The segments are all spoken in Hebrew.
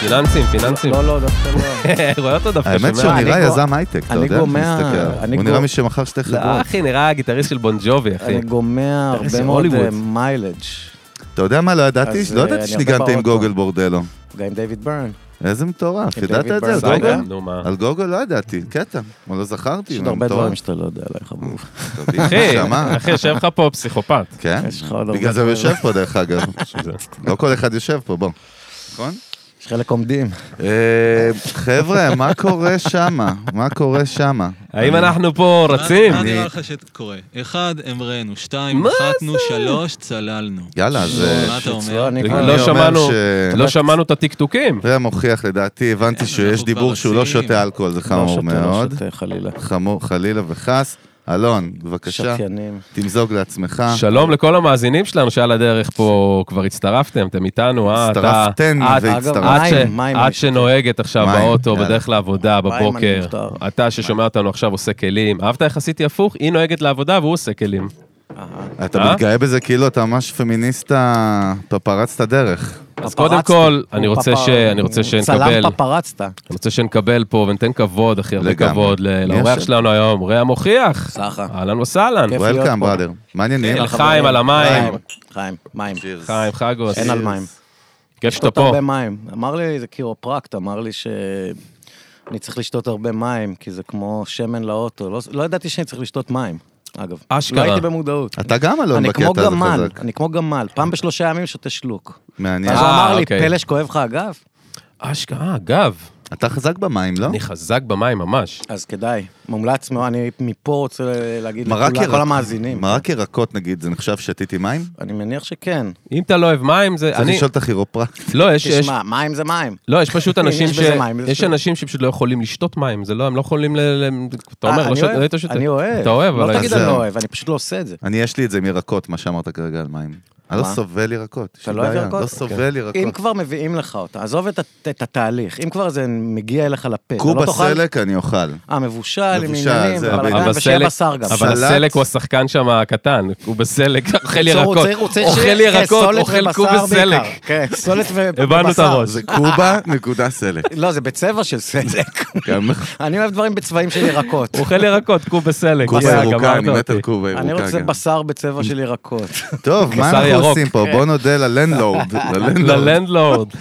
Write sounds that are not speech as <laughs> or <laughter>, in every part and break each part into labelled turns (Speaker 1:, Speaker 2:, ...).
Speaker 1: פיננסים, פיננסים.
Speaker 2: לא, לא, דווקא
Speaker 1: <laughs>
Speaker 2: לא.
Speaker 1: רואה אותו דווקא,
Speaker 3: האמת
Speaker 1: שומע.
Speaker 3: שהוא
Speaker 2: אני
Speaker 3: נראה
Speaker 2: גו-
Speaker 3: יזם הייטק, אתה
Speaker 2: אני
Speaker 3: יודע?
Speaker 2: גומע,
Speaker 3: מסתכל.
Speaker 2: אני
Speaker 3: הוא נראה
Speaker 2: גו-
Speaker 3: מי שמכר שתי
Speaker 1: לא,
Speaker 3: חברות.
Speaker 1: אחי, נראה הגיטריסט של בון ג'ובי, אחי.
Speaker 2: אני גומע
Speaker 1: איזה
Speaker 2: הרבה מאוד
Speaker 1: הוליווד.
Speaker 2: אה, מיילג'.
Speaker 3: אתה יודע מה לא ידעתי?
Speaker 2: אז,
Speaker 3: לא
Speaker 2: אה,
Speaker 3: ידעתי
Speaker 2: אני
Speaker 3: שניגנת
Speaker 2: הרבה
Speaker 3: עם
Speaker 2: באוטו.
Speaker 3: גוגל בורדלו.
Speaker 2: גם עם דיוויד ברן.
Speaker 3: איזה מטורף,
Speaker 2: עם
Speaker 3: ידעת
Speaker 2: דיוויד
Speaker 3: את זה? על
Speaker 2: ברסייגה?
Speaker 3: גוגל?
Speaker 1: סייגה, נו מה.
Speaker 3: על גוגל לא ידעתי, קטע. אבל לא זכרתי.
Speaker 2: יש עוד
Speaker 3: מה,
Speaker 2: הרבה
Speaker 3: מטורף.
Speaker 2: דברים שאתה לא יודע עליי, חבוב.
Speaker 3: תביא, נשמה.
Speaker 1: אחי, אחי, יושב לך פה
Speaker 2: <laughs>
Speaker 1: פסיכופת.
Speaker 3: כן?
Speaker 2: יש לך עוד הרבה
Speaker 3: בגלל זה הוא
Speaker 2: דברים.
Speaker 3: יושב פה,
Speaker 2: <laughs>
Speaker 3: דרך אגב. לא כל אחד יושב פה, בוא. נכון?
Speaker 2: יש חלק עומדים.
Speaker 3: אה, חבר'ה, מה קורה שמה? מה קורה שמה?
Speaker 1: האם אנחנו פה רצים?
Speaker 4: מה
Speaker 3: אני-
Speaker 4: נראה לך שקורה? אחד, המראנו, שתיים,
Speaker 1: מה
Speaker 4: נחתנו, שלוש, צללנו.
Speaker 3: יאללה, אז... אה,
Speaker 4: מה אתה
Speaker 2: לא,
Speaker 4: אומר?
Speaker 2: אני
Speaker 1: לא
Speaker 2: כבר-
Speaker 3: אני אומר
Speaker 1: שמענו.
Speaker 3: ש-
Speaker 1: לא שמענו את הטקטוקים.
Speaker 3: זה מוכיח לדעתי, הבנתי
Speaker 4: כן,
Speaker 3: שיש
Speaker 4: אנחנו
Speaker 3: דיבור
Speaker 4: כבר
Speaker 3: שהוא לא
Speaker 4: רצים.
Speaker 3: שותה אלכוהול, זה
Speaker 2: לא
Speaker 3: חמור
Speaker 2: שותה, לא
Speaker 3: מאוד.
Speaker 2: שותה, חלילה.
Speaker 3: חמור, חלילה וחס. אלון, בבקשה,
Speaker 2: שתיינים.
Speaker 3: תמזוג לעצמך.
Speaker 1: שלום לכל המאזינים שלנו שעל הדרך פה כבר הצטרפתם, אתם איתנו, אה? אתה-
Speaker 3: הצטרפתן
Speaker 1: את-
Speaker 3: והצטרפת.
Speaker 1: את ש-
Speaker 2: מים, מים,
Speaker 1: את
Speaker 2: מים.
Speaker 1: שנוהגת עכשיו
Speaker 3: מים,
Speaker 1: באוטו,
Speaker 3: יאללה.
Speaker 1: בדרך לעבודה,
Speaker 2: מים, אני
Speaker 1: בבוקר,
Speaker 2: מוכתר.
Speaker 1: אתה ששומע אותנו עכשיו עושה כלים, אהבת איך עשיתי הפוך? היא נוהגת לעבודה והוא עושה כלים.
Speaker 2: אהה.
Speaker 3: אתה
Speaker 1: אה?
Speaker 3: מתגאה בזה כאילו אתה ממש פמיניסטה, אתה פרצת דרך.
Speaker 1: אז
Speaker 2: פפרצת.
Speaker 1: קודם כל,
Speaker 2: הוא
Speaker 1: אני רוצה
Speaker 2: פפר-
Speaker 1: ש- אני רוצה שנקבל,
Speaker 2: צלם פפרצת.
Speaker 1: אני רוצה שנקבל פה ונתן כבוד, אחי, הרבה
Speaker 3: לגמרי.
Speaker 1: כבוד ל-
Speaker 3: יש
Speaker 1: לאורח
Speaker 3: שם.
Speaker 1: שלנו היום, ראה מוכיח.
Speaker 2: סחה.
Speaker 1: אהלן וסהלן.
Speaker 2: כיף להיות
Speaker 3: וולקאם,
Speaker 2: פה.
Speaker 3: בראדר. מה העניינים?
Speaker 1: יאללה, כן, חיים, על המים.
Speaker 2: חיים, חיים, מים.
Speaker 1: חיים חגוס,
Speaker 2: אין על מים.
Speaker 1: כיף שאתה
Speaker 2: לשתות
Speaker 1: פה.
Speaker 2: הרבה מים. אמר לי, זה קירופרקט, אמר לי ש... אני צריך לשתות הרבה מים, כי זה כמו שמן לאוטו. לא, לא ידעתי שאני צריך לשתות מים, אגב.
Speaker 1: אשכרה.
Speaker 2: לא הייתי במודעות.
Speaker 3: אתה גם
Speaker 1: לא
Speaker 3: אלון
Speaker 2: אני
Speaker 3: בקטע
Speaker 2: כמו
Speaker 3: הזה
Speaker 2: גמל,
Speaker 3: חזק.
Speaker 2: אני כמו גמל. פעם בשלושה ימים שותה שלוק.
Speaker 3: מעניין.
Speaker 2: אז הוא
Speaker 1: אה,
Speaker 2: אמר לי,
Speaker 1: אוקיי.
Speaker 2: פלש כואב לך הגב?
Speaker 1: אשכרה, אגב,
Speaker 3: אתה חזק במים, לא?
Speaker 1: אני חזק במים ממש.
Speaker 2: אז כדאי. מומלץ מאוד, אני מפה רוצה להגיד
Speaker 3: מרק
Speaker 2: לכולם,
Speaker 3: ירק-
Speaker 2: כל המאזינים.
Speaker 3: מרק ירקות נגיד, זה נחשב שתיתי מים?
Speaker 2: אני מניח שכן.
Speaker 1: אם אתה לא אוהב מים, זה...
Speaker 3: צריך
Speaker 1: אני...
Speaker 3: לשאול את הכירופרקט.
Speaker 1: לא, יש... יש-
Speaker 2: תשמע, מים זה מים.
Speaker 1: לא, יש פשוט אנשים
Speaker 2: <laughs> יש
Speaker 1: ש...
Speaker 2: בזה מים, זה
Speaker 1: יש
Speaker 2: בסדר.
Speaker 1: אנשים שפשוט לא יכולים לשתות מים, זה לא, הם לא יכולים ל... ל- אתה
Speaker 2: אה,
Speaker 1: אומר, לא
Speaker 2: אני
Speaker 1: ש-
Speaker 2: אוהב,
Speaker 1: לא היית שותה.
Speaker 2: אני אוהב.
Speaker 1: אתה אוהב,
Speaker 2: לא
Speaker 1: אבל...
Speaker 2: תגיד
Speaker 3: אז
Speaker 2: אני לא
Speaker 3: זהו.
Speaker 2: אוהב, אני פשוט לא עושה את זה.
Speaker 3: אני, יש לי את זה עם ירקות, מה שאמרת כרגע על מים. אני לא
Speaker 2: מה?
Speaker 3: סובל ירקות. יש
Speaker 2: אתה
Speaker 3: לי
Speaker 2: לא אוהב
Speaker 3: בעיה,
Speaker 2: ירקות?
Speaker 3: לא
Speaker 2: אם
Speaker 3: סובל ירקות.
Speaker 2: כבר מביאים לך אותה, עזוב את, הת- את התהליך, אם כבר זה מגיע אליך לפה, אתה
Speaker 3: קובה
Speaker 2: לא תאכל...
Speaker 3: סלק אני אוכל.
Speaker 2: אה, מבושל, עם
Speaker 3: מבושל,
Speaker 2: עניינים,
Speaker 3: זה,
Speaker 2: אבל
Speaker 3: בדיוק.
Speaker 2: עדיין,
Speaker 1: אבל
Speaker 2: ושיהיה
Speaker 1: סלק-
Speaker 2: בשר גם.
Speaker 1: אבל
Speaker 3: סלט.
Speaker 1: הסלק הוא השחקן שם הקטן, הוא
Speaker 2: <laughs>
Speaker 1: בסלק, אוכל
Speaker 2: בקיצור, הוא
Speaker 1: ירקות,
Speaker 2: צריך- הוא צריך שיהיה-
Speaker 1: אוכל
Speaker 2: כן,
Speaker 1: ירקות,
Speaker 2: סולת
Speaker 1: אוכל
Speaker 2: ובשר
Speaker 1: קוב וסלק.
Speaker 2: בעיקר. כן, סולת ו-
Speaker 1: <laughs>
Speaker 2: ובשר.
Speaker 1: הבנו את הראש.
Speaker 3: זה קובה נקודה סלק.
Speaker 2: לא, זה בצבע של סלק. <laughs> אני אוהב דברים בצבעים של ירקות.
Speaker 1: הוא אוכל ירקות, קוב בסלק.
Speaker 3: קובה
Speaker 1: יאללה,
Speaker 3: ירוקה,
Speaker 1: גמרת
Speaker 3: אני מת על
Speaker 1: אותי.
Speaker 3: קובה
Speaker 2: אני
Speaker 3: ירוקה
Speaker 1: כן.
Speaker 2: רוצה
Speaker 3: גם.
Speaker 2: בשר בצבע של
Speaker 1: <laughs>
Speaker 2: ירקות.
Speaker 3: טוב, מה
Speaker 1: בשר
Speaker 3: אנחנו
Speaker 1: ירוק.
Speaker 3: עושים פה? בוא נודה ללנדלורד. ללנדלורד.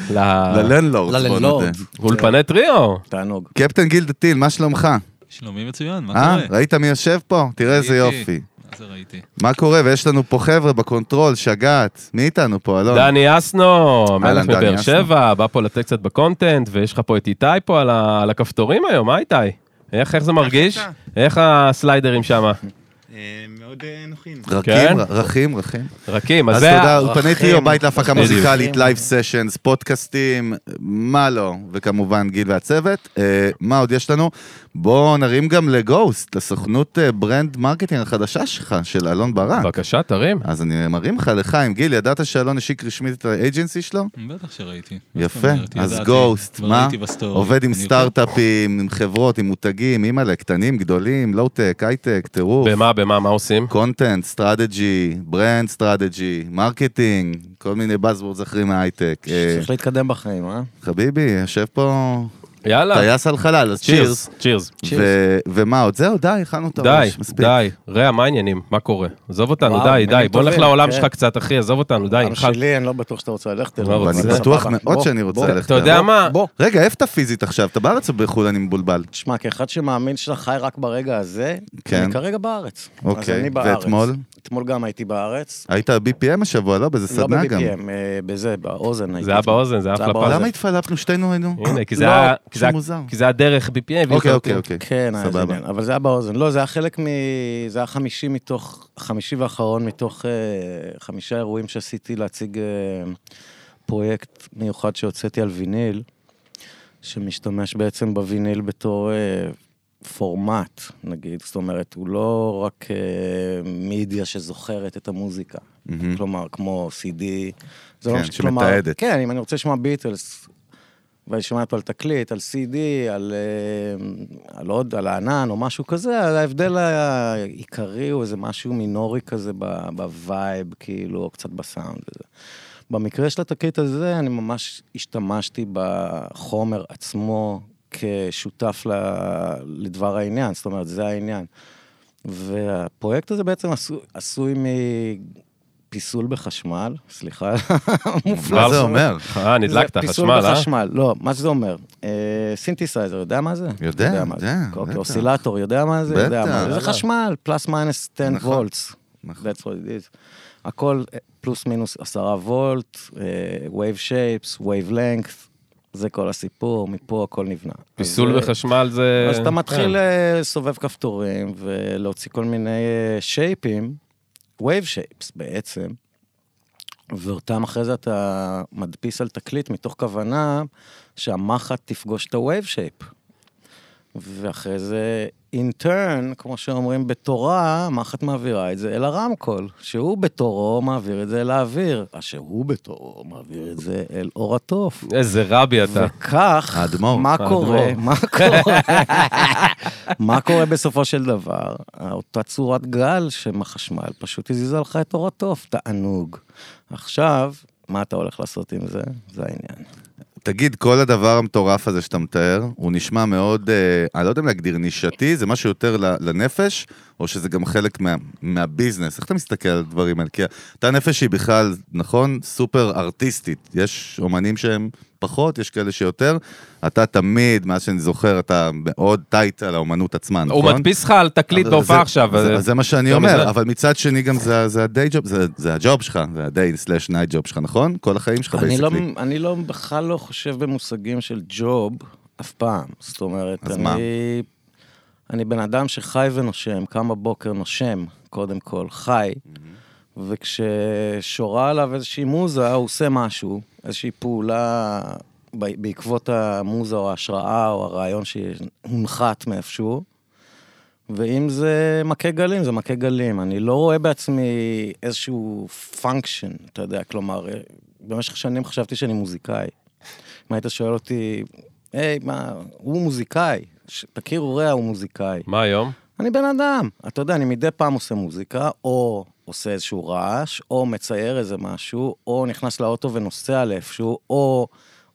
Speaker 1: <laughs> ללנדלורד. ל-
Speaker 3: ללנדלורד. בוא
Speaker 2: לא, ללנדלורד.
Speaker 3: נודה.
Speaker 1: אולפני טריו.
Speaker 2: תענוג.
Speaker 3: קפטן גילדה טיל, מה שלומך?
Speaker 4: שלומי מצוין, מה
Speaker 3: אה?
Speaker 4: קורה?
Speaker 3: ראית מי יושב פה? תראה איזה
Speaker 4: ראיתי.
Speaker 3: יופי.
Speaker 4: מה זה ראיתי?
Speaker 3: מה קורה? ויש לנו פה חבר'ה בקונטרול, שגעת. מי איתנו פה, אלון?
Speaker 1: דני אסנו, המלך
Speaker 3: אהלן, דני
Speaker 1: מבאר
Speaker 3: אסנו.
Speaker 1: שבע, בא פה לתת קצת בקונטנט, ויש לך פה את איתי פה על ה- על הכפתורים היום, מה איתי? איך איך זה מרגיש?
Speaker 5: אתה?
Speaker 1: איך הסליידרים שם?
Speaker 5: אה, מאוד אה, נוחים.
Speaker 1: כן?
Speaker 3: רכים, רכים, רכים.
Speaker 1: רכים,
Speaker 3: אז
Speaker 1: אז זה...
Speaker 3: תודה,
Speaker 1: ה-
Speaker 3: אולפני טריו, בית להפקה
Speaker 1: בדיוק.
Speaker 3: מוזיקלית, לייב סשנס, פודקאסטים, מה לא, וכמובן גיל והצוות. אה, מה עוד יש לנו? בואו נרים גם לגוסט, לסוכנות אה, ברנד מרקטינג החדשה שלך, של אלון ברק.
Speaker 1: בבקשה, תרים.
Speaker 3: אז אני מרים לך לחיים, גיל, ידעת שאלון השיק רשמית את האג'נסי שלו?
Speaker 4: בטח שראיתי. מה זאת
Speaker 3: יפה,
Speaker 4: אומרת?
Speaker 3: אז
Speaker 4: ידעתי,
Speaker 3: גוסט,
Speaker 4: כבר
Speaker 3: מה?
Speaker 4: ראיתי בסטורי.
Speaker 3: עובד עם
Speaker 4: אני
Speaker 3: סטארט-אפים, עם חברות, עם מותגים, אימא'לה, קטנים, גדולים, לואו-טק, הייטק, טירוף.
Speaker 1: במה, במה, מה עושים?
Speaker 3: קונטנט, סטרטג'י, ברנד סטרטג'י, מרקטינג, כל מיני באזוורד זכרים מההייטק. אה,
Speaker 2: צריך להתקדם בחיים, אה?
Speaker 3: חביבי, יושב פה
Speaker 1: יאללה,
Speaker 3: טייס על חלל, אז צ'ירס.
Speaker 1: צ'ירס, צ'ירס.
Speaker 3: ו- ומה עוד? זהו, די, הכנו את
Speaker 1: די,
Speaker 3: הראש, מספיק.
Speaker 1: די, רע, מה העניינים? מה קורה? עזוב אותנו,
Speaker 2: וואו,
Speaker 1: די,
Speaker 2: עניינים
Speaker 1: די, בוא נלך
Speaker 2: טובים,
Speaker 1: לעולם
Speaker 2: כן.
Speaker 1: שלך קצת, אחי, עזוב אותנו, די.
Speaker 2: אבא
Speaker 1: אחד-
Speaker 2: שלי, אני לא בטוח שאתה רוצה ללכת אליו.
Speaker 1: לא
Speaker 3: ואני
Speaker 1: רוצה.
Speaker 3: בטוח
Speaker 2: סבבה,
Speaker 3: מאוד
Speaker 2: בוא,
Speaker 3: שאני
Speaker 2: בוא.
Speaker 3: רוצה ללכת.
Speaker 1: אתה יודע
Speaker 3: אליו.
Speaker 1: מה?
Speaker 2: בוא.
Speaker 3: רגע, איפה אתה פיזית עכשיו? אתה בארץ או בחו"ל אני מבולבל?
Speaker 2: תשמע, כאחד שמאמין שאתה חי רק ברגע הזה,
Speaker 3: כן.
Speaker 2: אני כרגע בארץ. אז
Speaker 3: אוקיי,
Speaker 2: אני בארץ.
Speaker 3: ואתמול?
Speaker 2: אתמול גם הייתי בארץ.
Speaker 3: היית ב-BPM השבוע, לא? באיזה
Speaker 2: לא
Speaker 3: סדנה גם.
Speaker 2: ב-BPM, אה, בזה, באוזן הייתי.
Speaker 1: זה היה באוזן, זה היה
Speaker 2: זה היה
Speaker 1: הפלפה.
Speaker 2: באוזן.
Speaker 1: זה-
Speaker 3: למה התפלפנו שתינו היינו?
Speaker 1: הנה, כי זה
Speaker 3: לא,
Speaker 1: היה- כי
Speaker 3: זה
Speaker 1: זה היה-
Speaker 3: מוזר.
Speaker 1: כי זה היה דרך BPM.
Speaker 3: אוקיי, אוקיי, אוקיי.
Speaker 2: כן, היה איזה
Speaker 3: סבבה.
Speaker 2: עניין, אבל זה היה באוזן. לא, זה היה חלק מ... זה היה חמישי מתוך, חמישי ואחרון מתוך אה, חמישה אירועים שעשיתי להציג אה, פרויקט מיוחד שהוצאתי על ויניל, שמשתמש בעצם בוויניל בתור אה, פורמט, נגיד. זאת אומרת, הוא לא רק אה, מידיה שזוכרת את המוזיקה.
Speaker 3: מהמם.
Speaker 2: כלומר, כמו CD. זה
Speaker 3: כן,
Speaker 2: לא משהו, כלומר,
Speaker 3: שמתעדת.
Speaker 2: כן, אם אני רוצה לשמוע ביטלס, ואני שומע פה על תקליט, על CD, על, אה, על עוד, על הענן או משהו כזה, אז ההבדל העיקרי הוא איזה משהו מינורי כזה ב- בווייב, כאילו, או קצת בסאונד וזה. במקרה של התקליט הזה, אני ממש השתמשתי בחומר עצמו כשותף ל... לדבר העניין, זאת אומרת, זה העניין. והפרויקט הזה בעצם עשו... עשוי מפיסול בחשמל, סליחה, מופלא.
Speaker 3: מה זה אומר?
Speaker 1: אה, נדלקת,
Speaker 2: זה פיסול
Speaker 1: חשמל, אה?
Speaker 2: בחשמל, לא, מה שזה אומר. אה, סינתסייזר, יודע מה זה?
Speaker 3: יודע,
Speaker 2: מה זה.
Speaker 3: יודע,
Speaker 2: אוקיי,
Speaker 3: בטח.
Speaker 2: אוסילטור, יודע מה זה? יודע
Speaker 3: בטח.
Speaker 2: מה זה. זה חשמל, פלוס מיינס 10
Speaker 3: נכון,
Speaker 2: וולטס.
Speaker 3: נכון.
Speaker 2: That's what it is. הכל אה, פלוס מינוס 10 וולט, אה, וייב שייפס, וייב לנגת, זה כל הסיפור, מפה הכל נבנה.
Speaker 1: פיסול
Speaker 2: אז, אה,
Speaker 1: וחשמל זה...
Speaker 2: אז אתה מתחיל
Speaker 1: כן.
Speaker 2: אה, לסובב כפתורים ולהוציא כל מיני אה, שייפים, וייב שייפס בעצם, ואותם אחרי זה אתה מדפיס על תקליט מתוך כוונה שהמחט תפגוש את הווייב שייפ. ואחרי זה, in turn, כמו שאומרים בתורה, המחט מעבירה את זה אל הרמקול, שהוא בתורו מעביר את זה אל האוויר, אשר הוא בתורו מעביר את זה אל אור התוף.
Speaker 1: איזה רבי אתה.
Speaker 2: וכך,
Speaker 3: האדמו"ר,
Speaker 2: מה
Speaker 1: האדמו"ר.
Speaker 2: קורה, מה קורה, מה קורה בסופו של דבר? אותה צורת גל שמחשמל פשוט הזיזה לך את אור התוף, תענוג. עכשיו, מה אתה הולך לעשות עם זה? זה העניין.
Speaker 3: תגיד, כל הדבר המטורף הזה שאתה מתאר, הוא נשמע מאוד, אה, אני לא יודע אם להגדיר נישתי, זה משהו יותר ל- לנפש, או שזה גם חלק מה, מהביזנס? איך אתה מסתכל על הדברים האלה? כי אתה נפש היא בכלל, נכון, סופר ארטיסטית. יש אומנים שהם פחות, יש כאלה שיותר. אתה תמיד, מאז שאני זוכר, אתה מאוד טייט על האומנות עצמה, נכון?
Speaker 1: הוא מדפיס לך על תקליט
Speaker 3: אז
Speaker 1: בהופעה
Speaker 3: זה-
Speaker 1: עכשיו.
Speaker 3: זה,
Speaker 1: אה,
Speaker 3: אז זה מה שאני
Speaker 1: גם
Speaker 3: אומר,
Speaker 1: זה.
Speaker 3: אבל מצד שני גם זה, זה הדיי ג'וב, זה, זה הג'וב שלך, זה הדיי סלאש נייט ג'וב שלך, נכון? כל החיים שלך,
Speaker 2: אני לא,
Speaker 3: basically.
Speaker 2: אני לא, בכלל לא חושב במושגים של ג'וב אף פעם. זאת אומרת,
Speaker 3: אז
Speaker 2: אני...
Speaker 3: מה?
Speaker 2: אני בן אדם שחי ונושם, קם בבוקר נושם, קודם כל, חי,
Speaker 3: Mm-hmm.
Speaker 2: וכששורה עליו איזושהי מוזה, הוא עושה משהו, איזושהי פעולה ב- בעקבות המוזה או ההשראה או הרעיון שהונחת מאיפשהו. ואם זה מכה גלים, זה מכה גלים. אני לא רואה בעצמי איזשהו פונקשן, אתה יודע, כלומר, אה, במשך שנים חשבתי שאני מוזיקאי. אם היית שואל אותי, היי, מה, הוא מוזיקאי, ש- תכירו רע, הוא מוזיקאי.
Speaker 1: מה היום?
Speaker 2: אני בן אדם, אתה יודע, אני מדי פעם עושה מוזיקה, או עושה איזשהו רעש, או מצייר איזה משהו, או נכנס לאוטו ונוסע לאיפשהו, או...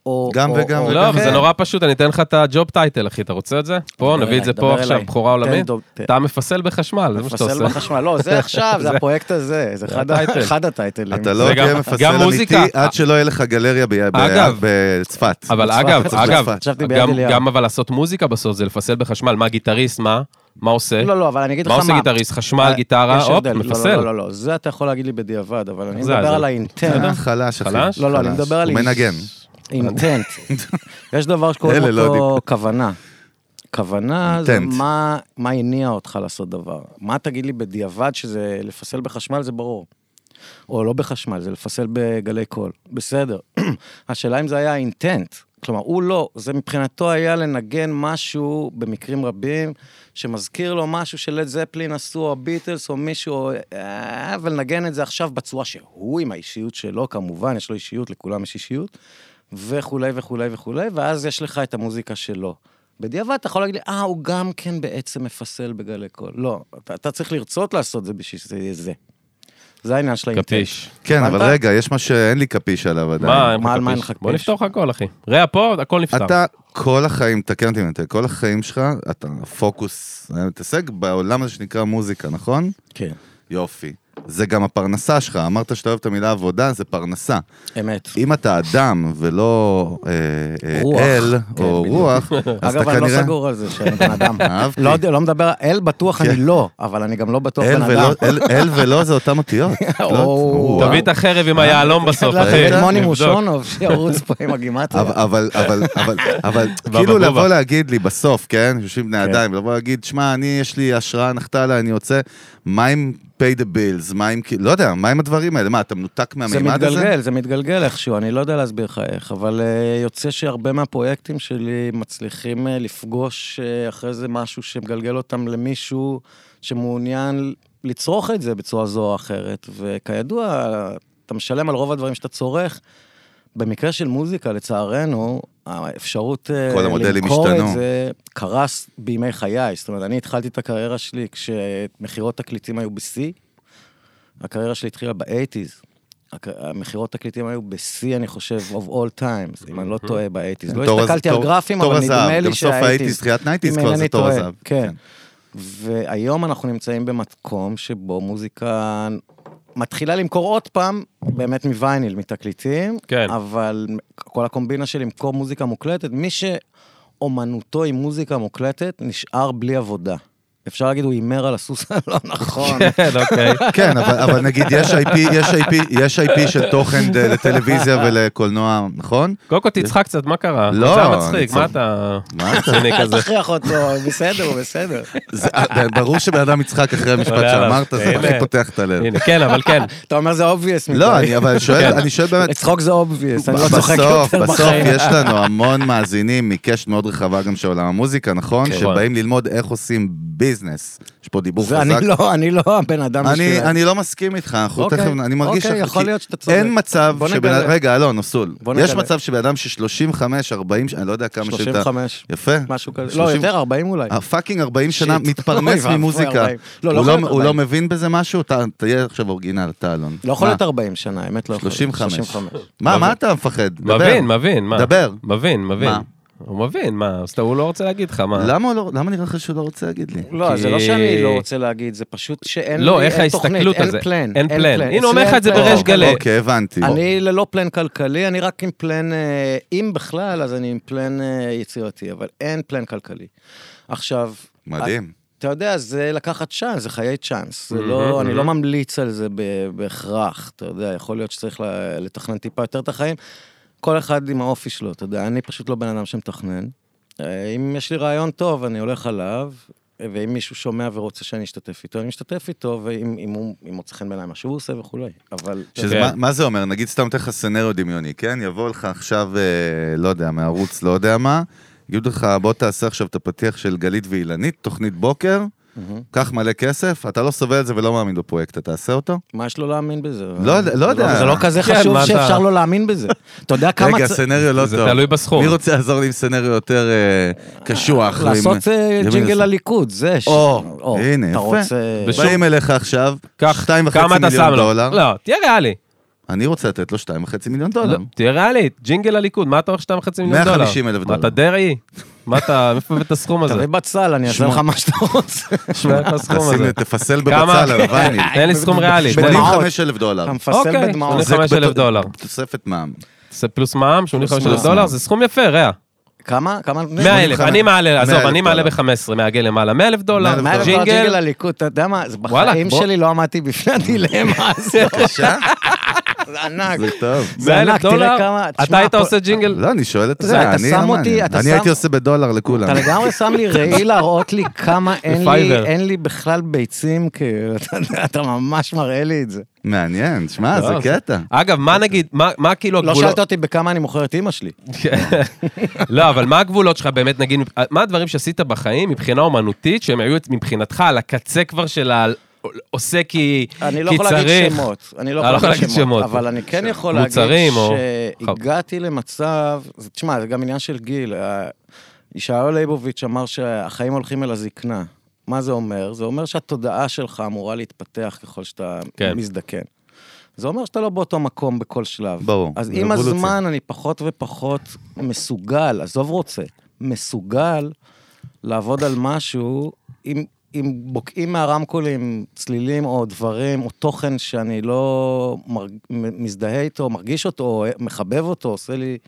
Speaker 2: או
Speaker 3: גם
Speaker 2: או,
Speaker 3: וגם
Speaker 2: או,
Speaker 3: וגם.
Speaker 1: לא, אבל זה
Speaker 2: כן.
Speaker 1: נורא פשוט, אני אתן לך את הג'וב טייטל, אחי, אתה רוצה את זה? פה,
Speaker 2: דבר
Speaker 1: נביא את זה
Speaker 2: אליי,
Speaker 1: פה
Speaker 2: דבר
Speaker 1: עכשיו,
Speaker 2: אליי.
Speaker 1: בכורה עולמית.
Speaker 2: תן דוב- תן.
Speaker 1: אתה מפסל בחשמל, זה מה שאתה
Speaker 2: מפסל
Speaker 1: עושה.
Speaker 2: בחשמל, לא, זה עכשיו, זה הפרויקט הזה, זה אחד ה-
Speaker 1: הטייטל.
Speaker 2: אחד הטייטלים.
Speaker 3: אתה לא
Speaker 1: זה
Speaker 3: תהיה
Speaker 1: גם-
Speaker 3: מפסל
Speaker 1: גם
Speaker 3: אמיתי
Speaker 1: מוזיקה.
Speaker 3: עד שלא יהיה לך גלריה ב- ב-
Speaker 1: אגב.
Speaker 3: בצפת.
Speaker 1: אבל
Speaker 2: בצפת,
Speaker 1: אגב,
Speaker 2: בצפת.
Speaker 1: אגב,
Speaker 2: חשבתי ביד
Speaker 1: גם-
Speaker 2: אליהו.
Speaker 1: גם אבל לעשות מוזיקה בסוף זה לפסל בחשמל, מה גיטריסט, מה? מה עושה?
Speaker 2: לא, לא, אבל אני אגיד לך
Speaker 1: מה
Speaker 2: מה.
Speaker 1: עושה גיטריסט? חשמל,
Speaker 2: אה,
Speaker 1: גיטרה,
Speaker 2: יש
Speaker 1: הופ,
Speaker 2: הבדל. לא,
Speaker 1: מפסל.
Speaker 2: לא, לא, לא, לא, זה אתה יכול להגיד לי בדיעבד, אבל אני
Speaker 1: זה,
Speaker 2: מדבר
Speaker 1: זה.
Speaker 2: על
Speaker 3: אה,
Speaker 2: האינטנט.
Speaker 3: חלש, אחי.
Speaker 1: חלש?
Speaker 2: לא, לא, אני מדבר על
Speaker 3: הוא
Speaker 2: איש.
Speaker 3: מנגן. <laughs>
Speaker 2: אינטנט. יש דבר שקוראים
Speaker 3: אלה לא
Speaker 2: אותו כוונה. כוונה זה
Speaker 3: Intent.
Speaker 2: מה מה הניע אותך לעשות דבר. מה תגיד לי בדיעבד שזה לפסל בחשמל, זה ברור. או לא בחשמל, זה לפסל בגלי קול. בסדר. <clears throat> השאלה אם זה היה אינטנט. כלומר, הוא לא, זה מבחינתו היה לנגן משהו, במקרים רבים, שמזכיר לו משהו שלד זפלין עשו, או הביטלס, או מישהו, או- אה, ולנגן את זה עכשיו בצורה שהוא, עם האישיות שלו, כמובן, יש לו אישיות, לכולם יש אישיות, וכולי וכולי וכולי, ואז יש לך את המוזיקה שלו. בדיעבד אתה יכול להגיד לי, אה, הוא גם כן בעצם מפסל בגלי קול. לא, אתה, אתה צריך לרצות לעשות זה בשביל שזה יהיה זה. זה העניין של האינטנט.
Speaker 1: קפיש.
Speaker 3: כן, אבל
Speaker 2: הבנת?
Speaker 3: רגע, יש מה שאין לי קפיש עליו עדיין.
Speaker 1: מה, אין לך
Speaker 2: מה, על מה אין
Speaker 1: קפיש?
Speaker 2: לך
Speaker 1: בוא
Speaker 2: קפיש?
Speaker 1: נפתור לך הכל, אחי. רע פה, הכל נפתר.
Speaker 3: אתה כל החיים, תקן אותי, אם אני טועה, כל החיים שלך, אתה פוקוס, אה, מתעסק בעולם הזה שנקרא מוזיקה, נכון?
Speaker 2: כן,
Speaker 3: יופי. זה גם הפרנסה שלך, אמרת שאתה אוהב את המילה עבודה, זה פרנסה.
Speaker 2: אמת.
Speaker 3: אם אתה אדם ולא אה, אה,
Speaker 2: רוח.
Speaker 3: אל
Speaker 2: כן,
Speaker 3: או
Speaker 2: בדיוק.
Speaker 3: רוח, אז
Speaker 2: אגב,
Speaker 3: אתה
Speaker 2: אני לא
Speaker 3: כנראה...
Speaker 2: סגור על זה שאני בן אדם.
Speaker 3: <laughs> אהבתי. כן.
Speaker 2: לא יודע, לא מדבר, אל בטוח אני לא, אבל אני גם לא בטוח
Speaker 3: אל
Speaker 2: בן
Speaker 3: ולא,
Speaker 2: אדם.
Speaker 3: אל, אל ולא זה
Speaker 2: <laughs>
Speaker 3: אותם אותיות. לא?
Speaker 2: או.
Speaker 3: וואו.
Speaker 1: תביא את החרב
Speaker 3: אה?
Speaker 1: עם היהלום בסוף, אחי.
Speaker 2: ראית? מוני
Speaker 1: נבדוק.
Speaker 2: מושונוב שירוץ פה עם הגימטריה.
Speaker 3: אבל, אבל, אבל, אבל,
Speaker 2: <laughs>
Speaker 3: אבל,
Speaker 1: בבא
Speaker 3: כאילו
Speaker 1: בובה.
Speaker 3: לבוא להגיד לי בסוף, כן? יושבים בני
Speaker 2: כן.
Speaker 3: אדם, לבוא להגיד, שמע, אני, יש לי השראה, נחתה עליי, אני יוצא, מה עם pay the bills, מה עם, כאילו- לא יודע, מה עם הדברים האלה? מה, אתה מנותק
Speaker 2: זה
Speaker 3: מהמימד הזה?
Speaker 2: מתגלגל, זה מתגלגל איכשהו, אני לא יודע להסביר לך איך, אבל אה, יוצא שהרבה מהפרויקטים שלי מצליחים אה, לפגוש אה, אחרי זה משהו שמגלגל אותם למישהו שמעוניין לצרוך את זה בצורה זו או אחרת, וכידוע, אתה משלם על רוב הדברים שאתה צורך. במקרה של מוזיקה, לצערנו, האפשרות אה,
Speaker 3: כל המודלים
Speaker 2: למכור
Speaker 3: השתנו.
Speaker 2: את זה קרס בימי חיי. זאת אומרת, אני התחלתי את הקריירה שלי כשמכירות תקליטים היו בשיא. הקריירה שלי התחילה באייטיז. הק- המכירות תקליטים היו בשיא, אני חושב, of all times, אם אני לא טועה, באייטיז. לא
Speaker 3: Mm-hmm. כן, תור-
Speaker 2: הסתכלתי על
Speaker 3: תור-
Speaker 2: גרפים,
Speaker 3: תור
Speaker 2: אבל
Speaker 3: הזהב,
Speaker 2: נדמה
Speaker 3: גם
Speaker 2: לי
Speaker 3: סוף
Speaker 2: שהאייטיז.
Speaker 3: האייטיז, תחילת נייטיז
Speaker 2: אם
Speaker 3: כבר זה
Speaker 2: אינני
Speaker 3: תור
Speaker 2: טועה,
Speaker 3: הזהב.
Speaker 2: כן. והיום אנחנו נמצאים במקום שבו מוזיקה מתחילה למכור עוד פעם, באמת מווייניל, מתקליטים,
Speaker 1: כן.
Speaker 2: אבל כל הקומבינה של למכור מוזיקה מוקלטת, מי שאומנותו היא מוזיקה מוקלטת, נשאר בלי עבודה. אפשר להגיד, הוא הימר על הסוס הלא נכון.
Speaker 1: <laughs> כן, אוקיי.
Speaker 3: כן, אבל, אבל נגיד יש IP, יש IP, יש IP
Speaker 2: <laughs>
Speaker 3: של תוכן אה, לטלוויזיה ולקולנוע, נכון?
Speaker 1: קודם כל תצחק קצת, מה קרה?
Speaker 3: לא,
Speaker 1: זה היה
Speaker 3: אני
Speaker 1: מצחיק,
Speaker 3: צוחק.
Speaker 1: מה אתה...
Speaker 3: מה אתה-
Speaker 1: רציני
Speaker 2: אל
Speaker 3: <laughs>
Speaker 1: כזה?
Speaker 2: תכריח אותו, בסדר, הוא בסדר.
Speaker 3: זה- אה, ברור שבן אדם יצחק אחרי המשפט
Speaker 1: עולה עליו,
Speaker 3: שאמרת, זה
Speaker 1: באמת.
Speaker 3: הכי פותח את הלב.
Speaker 1: הנה, כן, אבל כן.
Speaker 2: אתה אומר זה obvious.
Speaker 3: לא,
Speaker 2: מדי. <laughs>
Speaker 3: אני אבל שואל,
Speaker 2: כן.
Speaker 3: אני שואל באמת,
Speaker 2: לצחוק זה obvious, אני לא צוחק
Speaker 3: בסוף,
Speaker 2: יותר
Speaker 3: בסוף
Speaker 2: בחיים.
Speaker 3: יש לנו המון מאזינים מקשת מאוד רחבה גם של עולם המוזיקה, נכון?
Speaker 1: כן.
Speaker 3: שבאים ללמוד איך עושים ביזנס. יש פה דיבור חזק.
Speaker 2: ואני לא, אני לא הבן אדם
Speaker 3: אני,
Speaker 2: בשביל...
Speaker 3: אני לא מסכים איתך, אנחנו
Speaker 2: אוקיי,
Speaker 3: תכף, אני מרגיש...
Speaker 2: אוקיי,
Speaker 3: שאנחנו-
Speaker 2: יכול
Speaker 3: כי
Speaker 2: להיות שאתה צודק.
Speaker 3: אין מצב
Speaker 2: בוא
Speaker 3: שבן...
Speaker 2: נגלה.
Speaker 3: רגע, אלון, נוסול.
Speaker 2: בוא
Speaker 3: יש
Speaker 2: נגלה.
Speaker 3: מצב שבן אדם ש-35, 40, אני לא יודע כמה שאתה...
Speaker 2: 35,
Speaker 3: יפה.
Speaker 2: משהו כזה. לא,
Speaker 3: 30.
Speaker 2: יותר, 40 אולי.
Speaker 1: אה,
Speaker 3: הפאקינג 40 שנה
Speaker 2: שיט. אוי
Speaker 3: מתפרנס
Speaker 2: ואבוי,
Speaker 3: ממוזיקה.
Speaker 2: 40. לא, לא
Speaker 3: הוא
Speaker 2: יכול
Speaker 3: לא-
Speaker 2: להיות
Speaker 3: הוא לא
Speaker 2: 40.
Speaker 3: מבין בזה משהו? אתה- תהיה עכשיו אורגינל, אתה, אלון.
Speaker 2: לא יכול
Speaker 3: מה?
Speaker 2: להיות 40 שנה, האמת לא יכול להיות.
Speaker 3: 35.
Speaker 2: 35.
Speaker 3: מה, מה אתה מפחד? <laughs> דבר.
Speaker 1: לא מבין, מבין, מה?
Speaker 3: דבר.
Speaker 1: מבין, מבין.
Speaker 3: מה?
Speaker 1: הוא מבין, מה? אז אתה- הוא לא רוצה להגיד לך, מה?
Speaker 3: למה הוא לא- למה נראה לך שהוא לא רוצה להגיד לי?
Speaker 2: לא,
Speaker 1: כי-
Speaker 2: זה לא שאני לא רוצה להגיד, זה פשוט שאין לי-
Speaker 1: לא, איך
Speaker 2: אין תוכנית,
Speaker 1: ההסתכלות
Speaker 2: אין
Speaker 1: הזה?
Speaker 2: פלן.
Speaker 1: אין פלן. הנה, הוא אומר
Speaker 2: אצלי
Speaker 1: לך את זה
Speaker 2: אין פלן.
Speaker 1: בריש
Speaker 3: אוקיי,
Speaker 1: גלי.
Speaker 3: אוקיי, הבנתי.
Speaker 2: לא, אני ללא פלן כלכלי, אני רק עם פלן, אה, אם בכלל, אז אני עם פלן אה, יצירתי, אבל אין פלן כלכלי. עכשיו...
Speaker 3: מדהים.
Speaker 2: אתה יודע, זה לקחת צ'אנס, זה חיי צ'אנס. זה
Speaker 1: מהמם,
Speaker 2: לא, אני לא
Speaker 1: מהמם.
Speaker 2: ממליץ על זה ב- בהכרח, אתה יודע, יכול להיות שצריך ל- לתכנן טיפה יותר את החיים. כל אחד עם האופי שלו, אתה יודע, אני פשוט לא בן אדם שמתכנן. אה, אם יש לי רעיון טוב, אני הולך עליו, אה, ואם מישהו שומע ורוצה שאני אשתתף איתו, אני משתתף איתו, ואם אם הוא אם מוצא חן בעיניי מה שהוא עושה וכולי. אבל...
Speaker 3: שזה,
Speaker 1: כן.
Speaker 3: מה, מה זה אומר? נגיד סתם נותן לך סנריו דמיוני, כן? יבוא לך עכשיו, אה, לא יודע, מערוץ לא יודע מה, יגידו לך, בוא תעשה עכשיו את הפתיח של גלית ואילנית, תוכנית בוקר,
Speaker 2: מהמם.
Speaker 3: קח מלא כסף, אתה לא סובל את זה ולא מאמין בפרויקט, אתה תעשה אותו?
Speaker 2: מה יש לו להאמין בזה?
Speaker 3: לא יודע- לא
Speaker 2: זה
Speaker 3: יודע.
Speaker 2: זה לא כזה
Speaker 1: כן,
Speaker 2: חשוב
Speaker 1: מה אתה-
Speaker 2: שאפשר לא להאמין בזה. אתה יודע כמה...
Speaker 3: רגע,
Speaker 2: צ-
Speaker 3: סנריו לא
Speaker 1: זה
Speaker 3: טוב.
Speaker 1: תלוי בסכום.
Speaker 3: מי רוצה לעזור לי עם סנריו יותר אה, קשוח?
Speaker 2: לעשות אה,
Speaker 3: ימין
Speaker 2: ג'ינגל
Speaker 3: לשמאל.
Speaker 2: לליכוד, זה ש...
Speaker 3: או, הנה,
Speaker 2: אתה
Speaker 3: יפה.
Speaker 2: רוצה...
Speaker 1: בש-
Speaker 3: באים אליך עכשיו,
Speaker 1: קח,
Speaker 3: שתיים וחצי
Speaker 1: כמה אתה שם
Speaker 3: מיליון
Speaker 1: לו?
Speaker 3: דולר.
Speaker 1: לא, תהיה ריאלי.
Speaker 3: אני רוצה לתת לו שתיים וחצי מיליון דולר.
Speaker 1: לא, תהיה ריאלי, ג'ינגל הליכוד, מה אתה הולך 2.5 מיליון דולר?
Speaker 3: 150 אלף
Speaker 1: מה,
Speaker 3: דולר.
Speaker 1: אתה דרעי? מה אתה, מאיפה הבאת את הסכום הזה?
Speaker 2: תביא בצל, אני אעשה
Speaker 3: שמונה.
Speaker 2: לך מה שאתה
Speaker 3: <laughs>
Speaker 2: רוצה.
Speaker 1: מאיפה הבאת את הסכום
Speaker 3: תשים
Speaker 1: הזה?
Speaker 3: לי- תפסל
Speaker 1: כמה?
Speaker 3: בבצל על הווייניל.
Speaker 1: תן לי סכום ריאלי. <laughs> תן לי-
Speaker 2: בדמעות.
Speaker 3: 85 אלף דולר.
Speaker 2: אתה מפסל
Speaker 1: אוקיי,
Speaker 2: בדמעות.
Speaker 1: זה- 85,000
Speaker 3: בתו-
Speaker 1: דולר.
Speaker 3: תוספת מע"מ.
Speaker 1: זה פלוס מע"מ, 85 אלף
Speaker 2: מע"מ.
Speaker 1: דולר, זה סכום יפה, רע.
Speaker 2: כמה? כמה?
Speaker 1: 100 אלף, אני מעלה, עזוב,
Speaker 3: 100,000
Speaker 1: אני מעלה
Speaker 3: דולר.
Speaker 1: ב-15, מעגל למעלה. 100 אלף דולר,
Speaker 3: 100,000
Speaker 2: 100 אלף דולר ג'ינגל
Speaker 1: ג'ינגל,
Speaker 2: לליכוד, אתה יודע מה? זה
Speaker 1: וואלה,
Speaker 2: בחיים
Speaker 1: בוא-
Speaker 2: שלי לא עמדתי בפני
Speaker 3: <laughs>
Speaker 2: הדילמה הזאת.
Speaker 1: <laughs>
Speaker 3: בבקשה?
Speaker 2: זה ענק.
Speaker 3: זה טוב.
Speaker 2: זה
Speaker 1: 100 אלף
Speaker 2: ענק, תראה
Speaker 1: דולר,
Speaker 2: כמה-
Speaker 1: אתה
Speaker 2: תשמע,
Speaker 1: היית
Speaker 2: פה-
Speaker 1: עושה ג'ינגל,
Speaker 3: לא, אני שואל את
Speaker 2: אתה יודע,
Speaker 3: זה,
Speaker 2: אתה
Speaker 3: אני
Speaker 2: שם
Speaker 3: לא
Speaker 2: אותי,
Speaker 3: מעניין.
Speaker 2: אתה
Speaker 3: אני
Speaker 2: שם-
Speaker 3: הייתי עושה בדולר לכולם.
Speaker 2: אתה לגמרי שם לי
Speaker 3: <laughs>
Speaker 2: ראי להראות לי כמה אין
Speaker 1: בפייבר.
Speaker 2: לי, אין לי בכלל ביצים, כאילו, אתה יודע, אתה ממש מראה לי את זה.
Speaker 3: מעניין, שמע,
Speaker 1: לא,
Speaker 3: זה
Speaker 1: זה-
Speaker 3: קטע.
Speaker 1: אגב, מה נגיד, מה- מה כאילו
Speaker 2: לא
Speaker 1: הגבולות,
Speaker 2: שאלת אותי בכמה אני מוכר את אימא שלי.
Speaker 1: <laughs> לא, אבל מה הגבולות שלך באמת, נגיד, מה הדברים שעשית בחיים מבחינה אומנותית, שהם היו מבחינתך על הקצה כבר של ה... עושה כי כי צריך. אה,
Speaker 2: אני לא יכול להגיד שמות. אני לא יכול להגיד שמות. אבל אני כן יכול להגיד
Speaker 1: מוצרים או-
Speaker 2: שהגעתי למצב, זה- תשמע, זה גם עניין של גיל. ה- ישעיהו ליבוביץ' אמר שהחיים הולכים אל הזקנה. מה זה אומר? זה אומר שהתודעה שלך אמורה להתפתח ככל שאתה
Speaker 1: כן.
Speaker 2: מזדקן. זה אומר שאתה לא באותו מקום בכל שלב.
Speaker 3: ברור,
Speaker 2: אז
Speaker 3: זה
Speaker 2: עם
Speaker 3: אבולוציה.
Speaker 2: הזמן אני פחות ופחות מסוגל, עזוב רוצה, מסוגל לעבוד על משהו עם... אם בוקעים מהרמקולים צלילים או דברים או תוכן שאני לא מרג... מ- מזדהה איתו, מרגיש אותו, או אה, מחבב אותו, עושה לי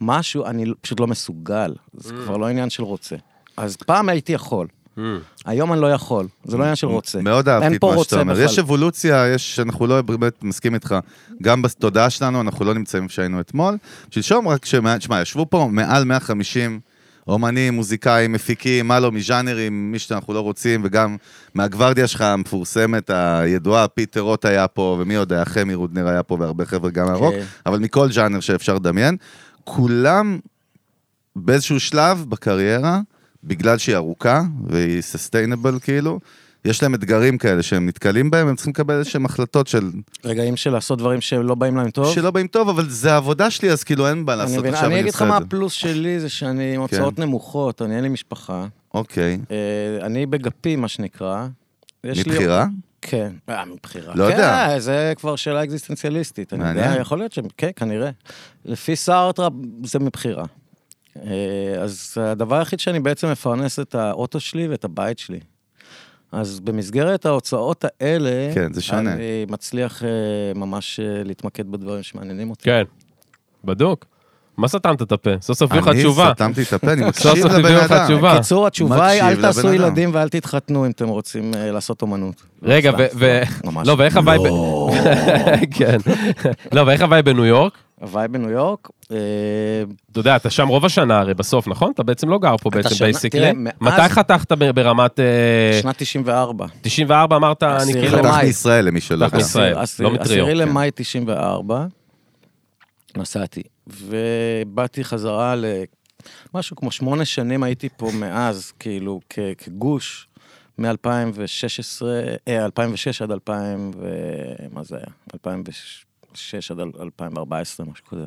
Speaker 2: משהו, אני פשוט לא מסוגל. זה כבר לא עניין של רוצה. אז פעם הייתי יכול,
Speaker 1: Hmm.
Speaker 2: היום אני לא יכול, זה לא עניין של רוצה.
Speaker 3: Mm. מאוד אהבתי
Speaker 2: אין
Speaker 3: את
Speaker 2: פה
Speaker 3: מה
Speaker 2: רוצה
Speaker 3: שאתה אומר.
Speaker 2: בכלל.
Speaker 3: יש אבולוציה, יש, אנחנו לא באמת מסכים איתך. גם בתודעה שלנו, אנחנו לא נמצאים איפה שהיינו אתמול. שלשום, רק ש... תשמע, ישבו פה מעל 150 אומנים, מוזיקאים, מפיקים, מה לא, מז'אנרים, מי שאנחנו לא רוצים, וגם מהגוורדיה שלך המפורסמת, הידועה, פיטר רוט היה פה, ומי עוד היה, חמי רודנר היה פה, והרבה חבר'ה גם מהרוק,
Speaker 2: כן.
Speaker 3: אבל מכל ז'אנר שאפשר לדמיין. כולם באיזשהו שלב בקריירה, בגלל שהיא ארוכה והיא סוסטיינבל כאילו, יש להם אתגרים כאלה שהם נתקלים בהם, הם צריכים לקבל איזשהם החלטות של...
Speaker 2: רגעים של לעשות דברים שלא באים להם טוב.
Speaker 3: שלא באים טוב, אבל זה העבודה שלי, אז כאילו אין מה
Speaker 2: אני
Speaker 3: לעשות,
Speaker 2: מבין,
Speaker 3: עכשיו
Speaker 2: אני
Speaker 3: אני
Speaker 2: אגיד לך
Speaker 3: עושה
Speaker 2: מה
Speaker 3: את זה. כן.
Speaker 2: הפלוס שלי, זה שאני עם הוצאות נמוכות, אני אין לי משפחה.
Speaker 3: אוקיי,
Speaker 2: אה, אני בגפי, מה שנקרא. יש לי-
Speaker 3: מבחירה?
Speaker 2: כן, אה, מבחירה.
Speaker 3: לא יודע.
Speaker 2: כן, זה כבר שאלה אקזיסטנציאליסטית. אני
Speaker 3: מעניין.
Speaker 2: יודע, יכול להיות ש... כן, כנראה. לפי סארטרה זה מבחירה. אה, אז הדבר היחיד שאני בעצם מפרנס את האוטו שלי ואת הבית שלי. אז במסגרת ההוצאות האלה,
Speaker 3: כן, זה שונה.
Speaker 2: אני מצליח אה, ממש אה, להתמקד בדברים שמעניינים אותי.
Speaker 1: כן, בדוק. מה סתמת את הפה? סוף סוף יהיו לך
Speaker 3: אני
Speaker 1: תשובה.
Speaker 3: סתמתי את
Speaker 1: <laughs>
Speaker 3: הפה, אני
Speaker 1: סוף
Speaker 3: מקשיב
Speaker 1: סוף
Speaker 3: לבן
Speaker 1: הביאו לך
Speaker 3: אדם.
Speaker 1: תשובה.
Speaker 2: בקיצור, התשובה היא, אל
Speaker 3: מקשיב
Speaker 2: תעשו
Speaker 3: לבן אדם.
Speaker 2: ילדים ואל תתחתנו אם אתם רוצים אה, לעשות אומנות.
Speaker 1: רגע,
Speaker 2: סתם,
Speaker 1: ו... ו-
Speaker 2: סתם, ממש.
Speaker 1: לא, ואיך הוואי... ב- <laughs> כן. לא, ואיך הוואי בניו יורק?
Speaker 2: הוואי בניו יורק, אה,
Speaker 1: אתה יודע, אתה שם רוב השנה הרי בסוף, נכון? אתה בעצם לא גר פה
Speaker 2: אתה
Speaker 1: בעצם
Speaker 2: שנה-
Speaker 1: בייסיקלי.
Speaker 2: תראה, מאז-
Speaker 1: מתי חתכת ב- ברמת... אה,
Speaker 2: שנת 94.
Speaker 1: 94 אמרת, אני
Speaker 2: עשירי
Speaker 1: כאילו...
Speaker 2: למאי.
Speaker 3: חתך מישראל, למי שלא
Speaker 1: חתך
Speaker 3: יודע.
Speaker 1: מישראל. לא
Speaker 2: עשיר-
Speaker 1: מטריות,
Speaker 2: עשירי
Speaker 1: כן.
Speaker 2: למאי 94, נסעתי, ובאתי חזרה למשהו כמו שמונה שנים הייתי פה מאז, כאילו, כ- כגוש, מ-2016, אה, 2006 עד 2000, ו... מה זה היה? 2006 עד 2014, משהו כזה.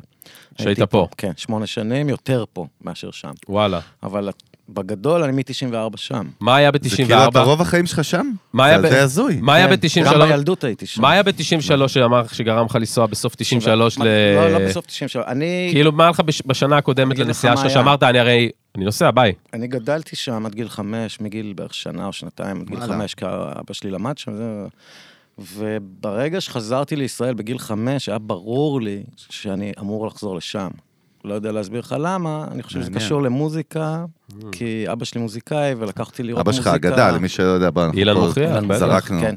Speaker 1: שהיית
Speaker 2: הייתי
Speaker 1: פה.
Speaker 2: כן, שמונה שנים, יותר פה מאשר שם.
Speaker 1: וואלה.
Speaker 2: אבל בגדול אני מ-94 שם.
Speaker 1: מה היה
Speaker 3: זה כאילו, אתה
Speaker 1: ב-94?
Speaker 3: רוב החיים שלך שם?
Speaker 1: מה היה
Speaker 3: זה-
Speaker 1: ב-
Speaker 3: זה הזוי.
Speaker 1: מה היה
Speaker 2: כן, גם
Speaker 1: ב-93?
Speaker 2: בילדות הייתי שם.
Speaker 1: מה היה ב-93 שאמר לך שגרם לך לנסוע בסוף 93 ל...
Speaker 2: מה- לא, לא בסוף 93. אני...
Speaker 1: כאילו, מה היה לך בש- בשנה הקודמת
Speaker 2: אגיד לך
Speaker 1: לנסיעה
Speaker 2: מה
Speaker 1: שלך,
Speaker 2: היה.
Speaker 1: שאמרת, אני הרי... אני נוסע, ביי.
Speaker 2: אני גדלתי שם עד גיל חמש, מגיל בערך שנה או שנתיים, עד גיל
Speaker 3: וואלה.
Speaker 2: חמש, כי אבא שלי למד שם, זה... וברגע שחזרתי לישראל בגיל חמש, היה ברור לי שאני אמור לחזור לשם. לא יודע להסביר לך למה, אני חושב שזה
Speaker 3: מעניין. Mm.
Speaker 2: קשור למוזיקה, כי אגב, אבא שלי מוזיקאי, ולקח אותי לראות
Speaker 3: אבא
Speaker 2: מוזיקה.
Speaker 3: שלך אגדה, למי שלא יודע. בוא, אנחנו
Speaker 1: אילן
Speaker 3: פה
Speaker 1: מוכיח,
Speaker 2: אוקיי, אילן מוכיח,
Speaker 3: זרקנו.
Speaker 2: כן.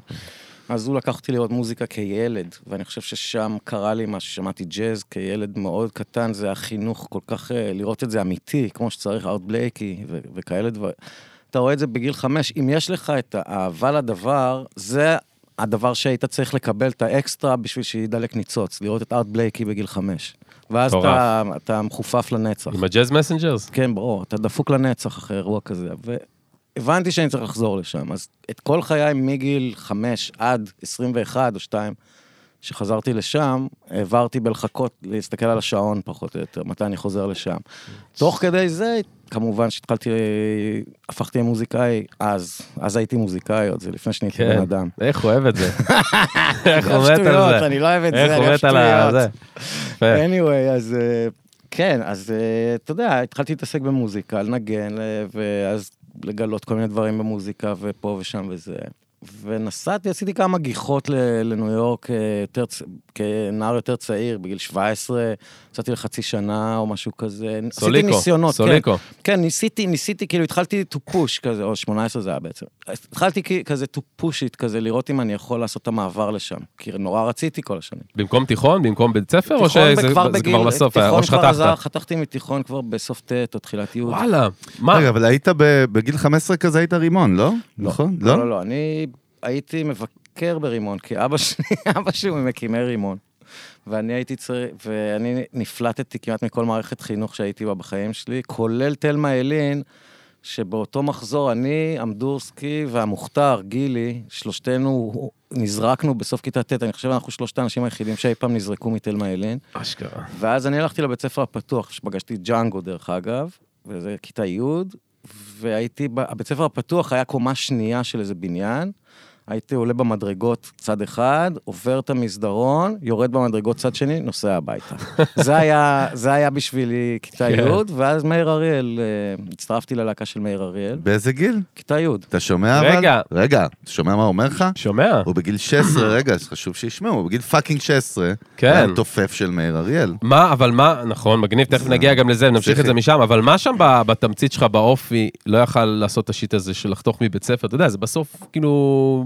Speaker 2: אז הוא לקח אותי לראות מוזיקה כילד, ואני חושב ששם קרה לי מה ששמעתי ג'אז כילד מאוד קטן, זה החינוך כל כך, אה, לראות את זה אמיתי, כמו שצריך ארט בלייקי ו- וכאלה דברים. אתה רואה את זה בגיל חמש, אם יש לך את האהבה לדבר, זה הדבר שהיית צריך לקבל את האקסטרה בשביל שידלק ניצוץ, לראות את ארט בלייקי בגיל חמש. ואז
Speaker 1: מטורף.
Speaker 2: אתה, אתה מחופף לנצח.
Speaker 1: עם הג'אז מסנג'רס?
Speaker 2: כן, ברור, אתה דפוק לנצח אחרי אירוע כזה. והבנתי שאני צריך לחזור לשם, אז את כל חיי מגיל חמש עד 21 או 2, שחזרתי לשם, העברתי בלחכות, להסתכל על השעון פחות או יותר, מתי אני חוזר לשם. תוך כדי זה, כמובן שהתחלתי, הפכתי למוזיקאי אז, אז הייתי מוזיקאי עוד, זה לפני שנהייתי
Speaker 1: כן.
Speaker 2: בן אדם.
Speaker 1: איך הוא אוהב
Speaker 2: <laughs>
Speaker 1: את זה? איך הוא
Speaker 2: אוהב
Speaker 1: מת על
Speaker 2: שטויות,
Speaker 1: זה?
Speaker 2: אני לא אוהב את זה,
Speaker 1: איך
Speaker 2: אני
Speaker 1: הוא
Speaker 2: אוהב
Speaker 1: מת על ה- זה?
Speaker 2: שטויות.
Speaker 1: יפה.
Speaker 2: anyway, אז אה, כן, אז אה, אתה יודע, התחלתי להתעסק במוזיקה, לנגן, אה, ואז לגלות כל מיני דברים במוזיקה, ופה ושם וזה. ונסעתי, עשיתי כמה גיחות ל- לניו יורק אה, יותר, צ- כנער יותר צעיר, בגיל 17, יצאתי לחצי שנה או משהו כזה. עשיתי
Speaker 1: סוליקו,
Speaker 2: ניסיונות, כן.
Speaker 1: סוליקו.
Speaker 2: כן, ניסיתי, ניסיתי, כאילו התחלתי to push כזה, או 18 זה היה בעצם. התחלתי כ- כזה to push it כזה, לראות אם אני יכול לעשות את המעבר לשם, כי נורא רציתי כל השנים.
Speaker 1: במקום תיכון? במקום בית ספר? או
Speaker 2: תיכון
Speaker 1: שזה
Speaker 2: וכבר
Speaker 1: זה
Speaker 2: בגיל-
Speaker 1: כבר בסוף היה? או
Speaker 2: תיכון כבר עזר,
Speaker 1: שחתכת?
Speaker 2: חתכתי מתיכון כבר בסוף ט' או תחילת י'. לא.
Speaker 1: וואלה, מה?
Speaker 3: רגע, אבל היית ב- בגיל 15 כזה, היית רימון, לא? נכון?
Speaker 2: לא,
Speaker 3: לא?
Speaker 2: לא, לא, אני הייתי מבקר ברימון, כי אבא <laughs> שלי, אבא שלי הוא ממקימי רימון. ואני הייתי צריך, ואני נפלטתי כמעט מכל מערכת חינוך שהייתי בה בחיים שלי, כולל תלמה ילין, שבאותו מחזור אני, אמדורסקי והמוכתר, גילי, שלושתנו נזרקנו בסוף כיתה ט', אני חושב אנחנו שלושת האנשים היחידים שאי פעם נזרקו מתלמה ילין.
Speaker 1: אשכרה.
Speaker 2: ואז אני הלכתי לבית ספר הפתוח, שפגשתי ג'אנגו דרך אגב, וזה כיתה י', והייתי, ב- הבית ספר הפתוח היה קומה שנייה של איזה בניין, הייתי עולה במדרגות צד אחד, עובר את המסדרון, יורד במדרגות צד שני, נוסע
Speaker 1: <laughs>
Speaker 2: הביתה. זה, היה, זה היה בשבילי כיתה
Speaker 1: כן.
Speaker 2: י', ואז מאיר אריאל, אה, הצטרפתי ללהקה של מאיר אריאל,
Speaker 3: באיזה גיל?
Speaker 2: כיתה י'.
Speaker 3: אתה שומע אבל?
Speaker 1: רגע.
Speaker 3: רגע, אתה שומע מה הוא אומר לך?
Speaker 1: שומע?
Speaker 3: הוא בגיל 16, רגע, אז חשוב שישמעו, הוא בגיל פאקינג 16.
Speaker 1: כן.
Speaker 3: היה תופף של מאיר אריאל.
Speaker 1: מה, אבל מה, נכון, מגניב, תכף נגיע גם לזה, נמשיך את זה משם, אבל מה שם ב- בתמצית שלך באופי לא יכל לעשות את השיט הזה של לחתוך מבית ספר? אתה יודע, זה בסוף כאילו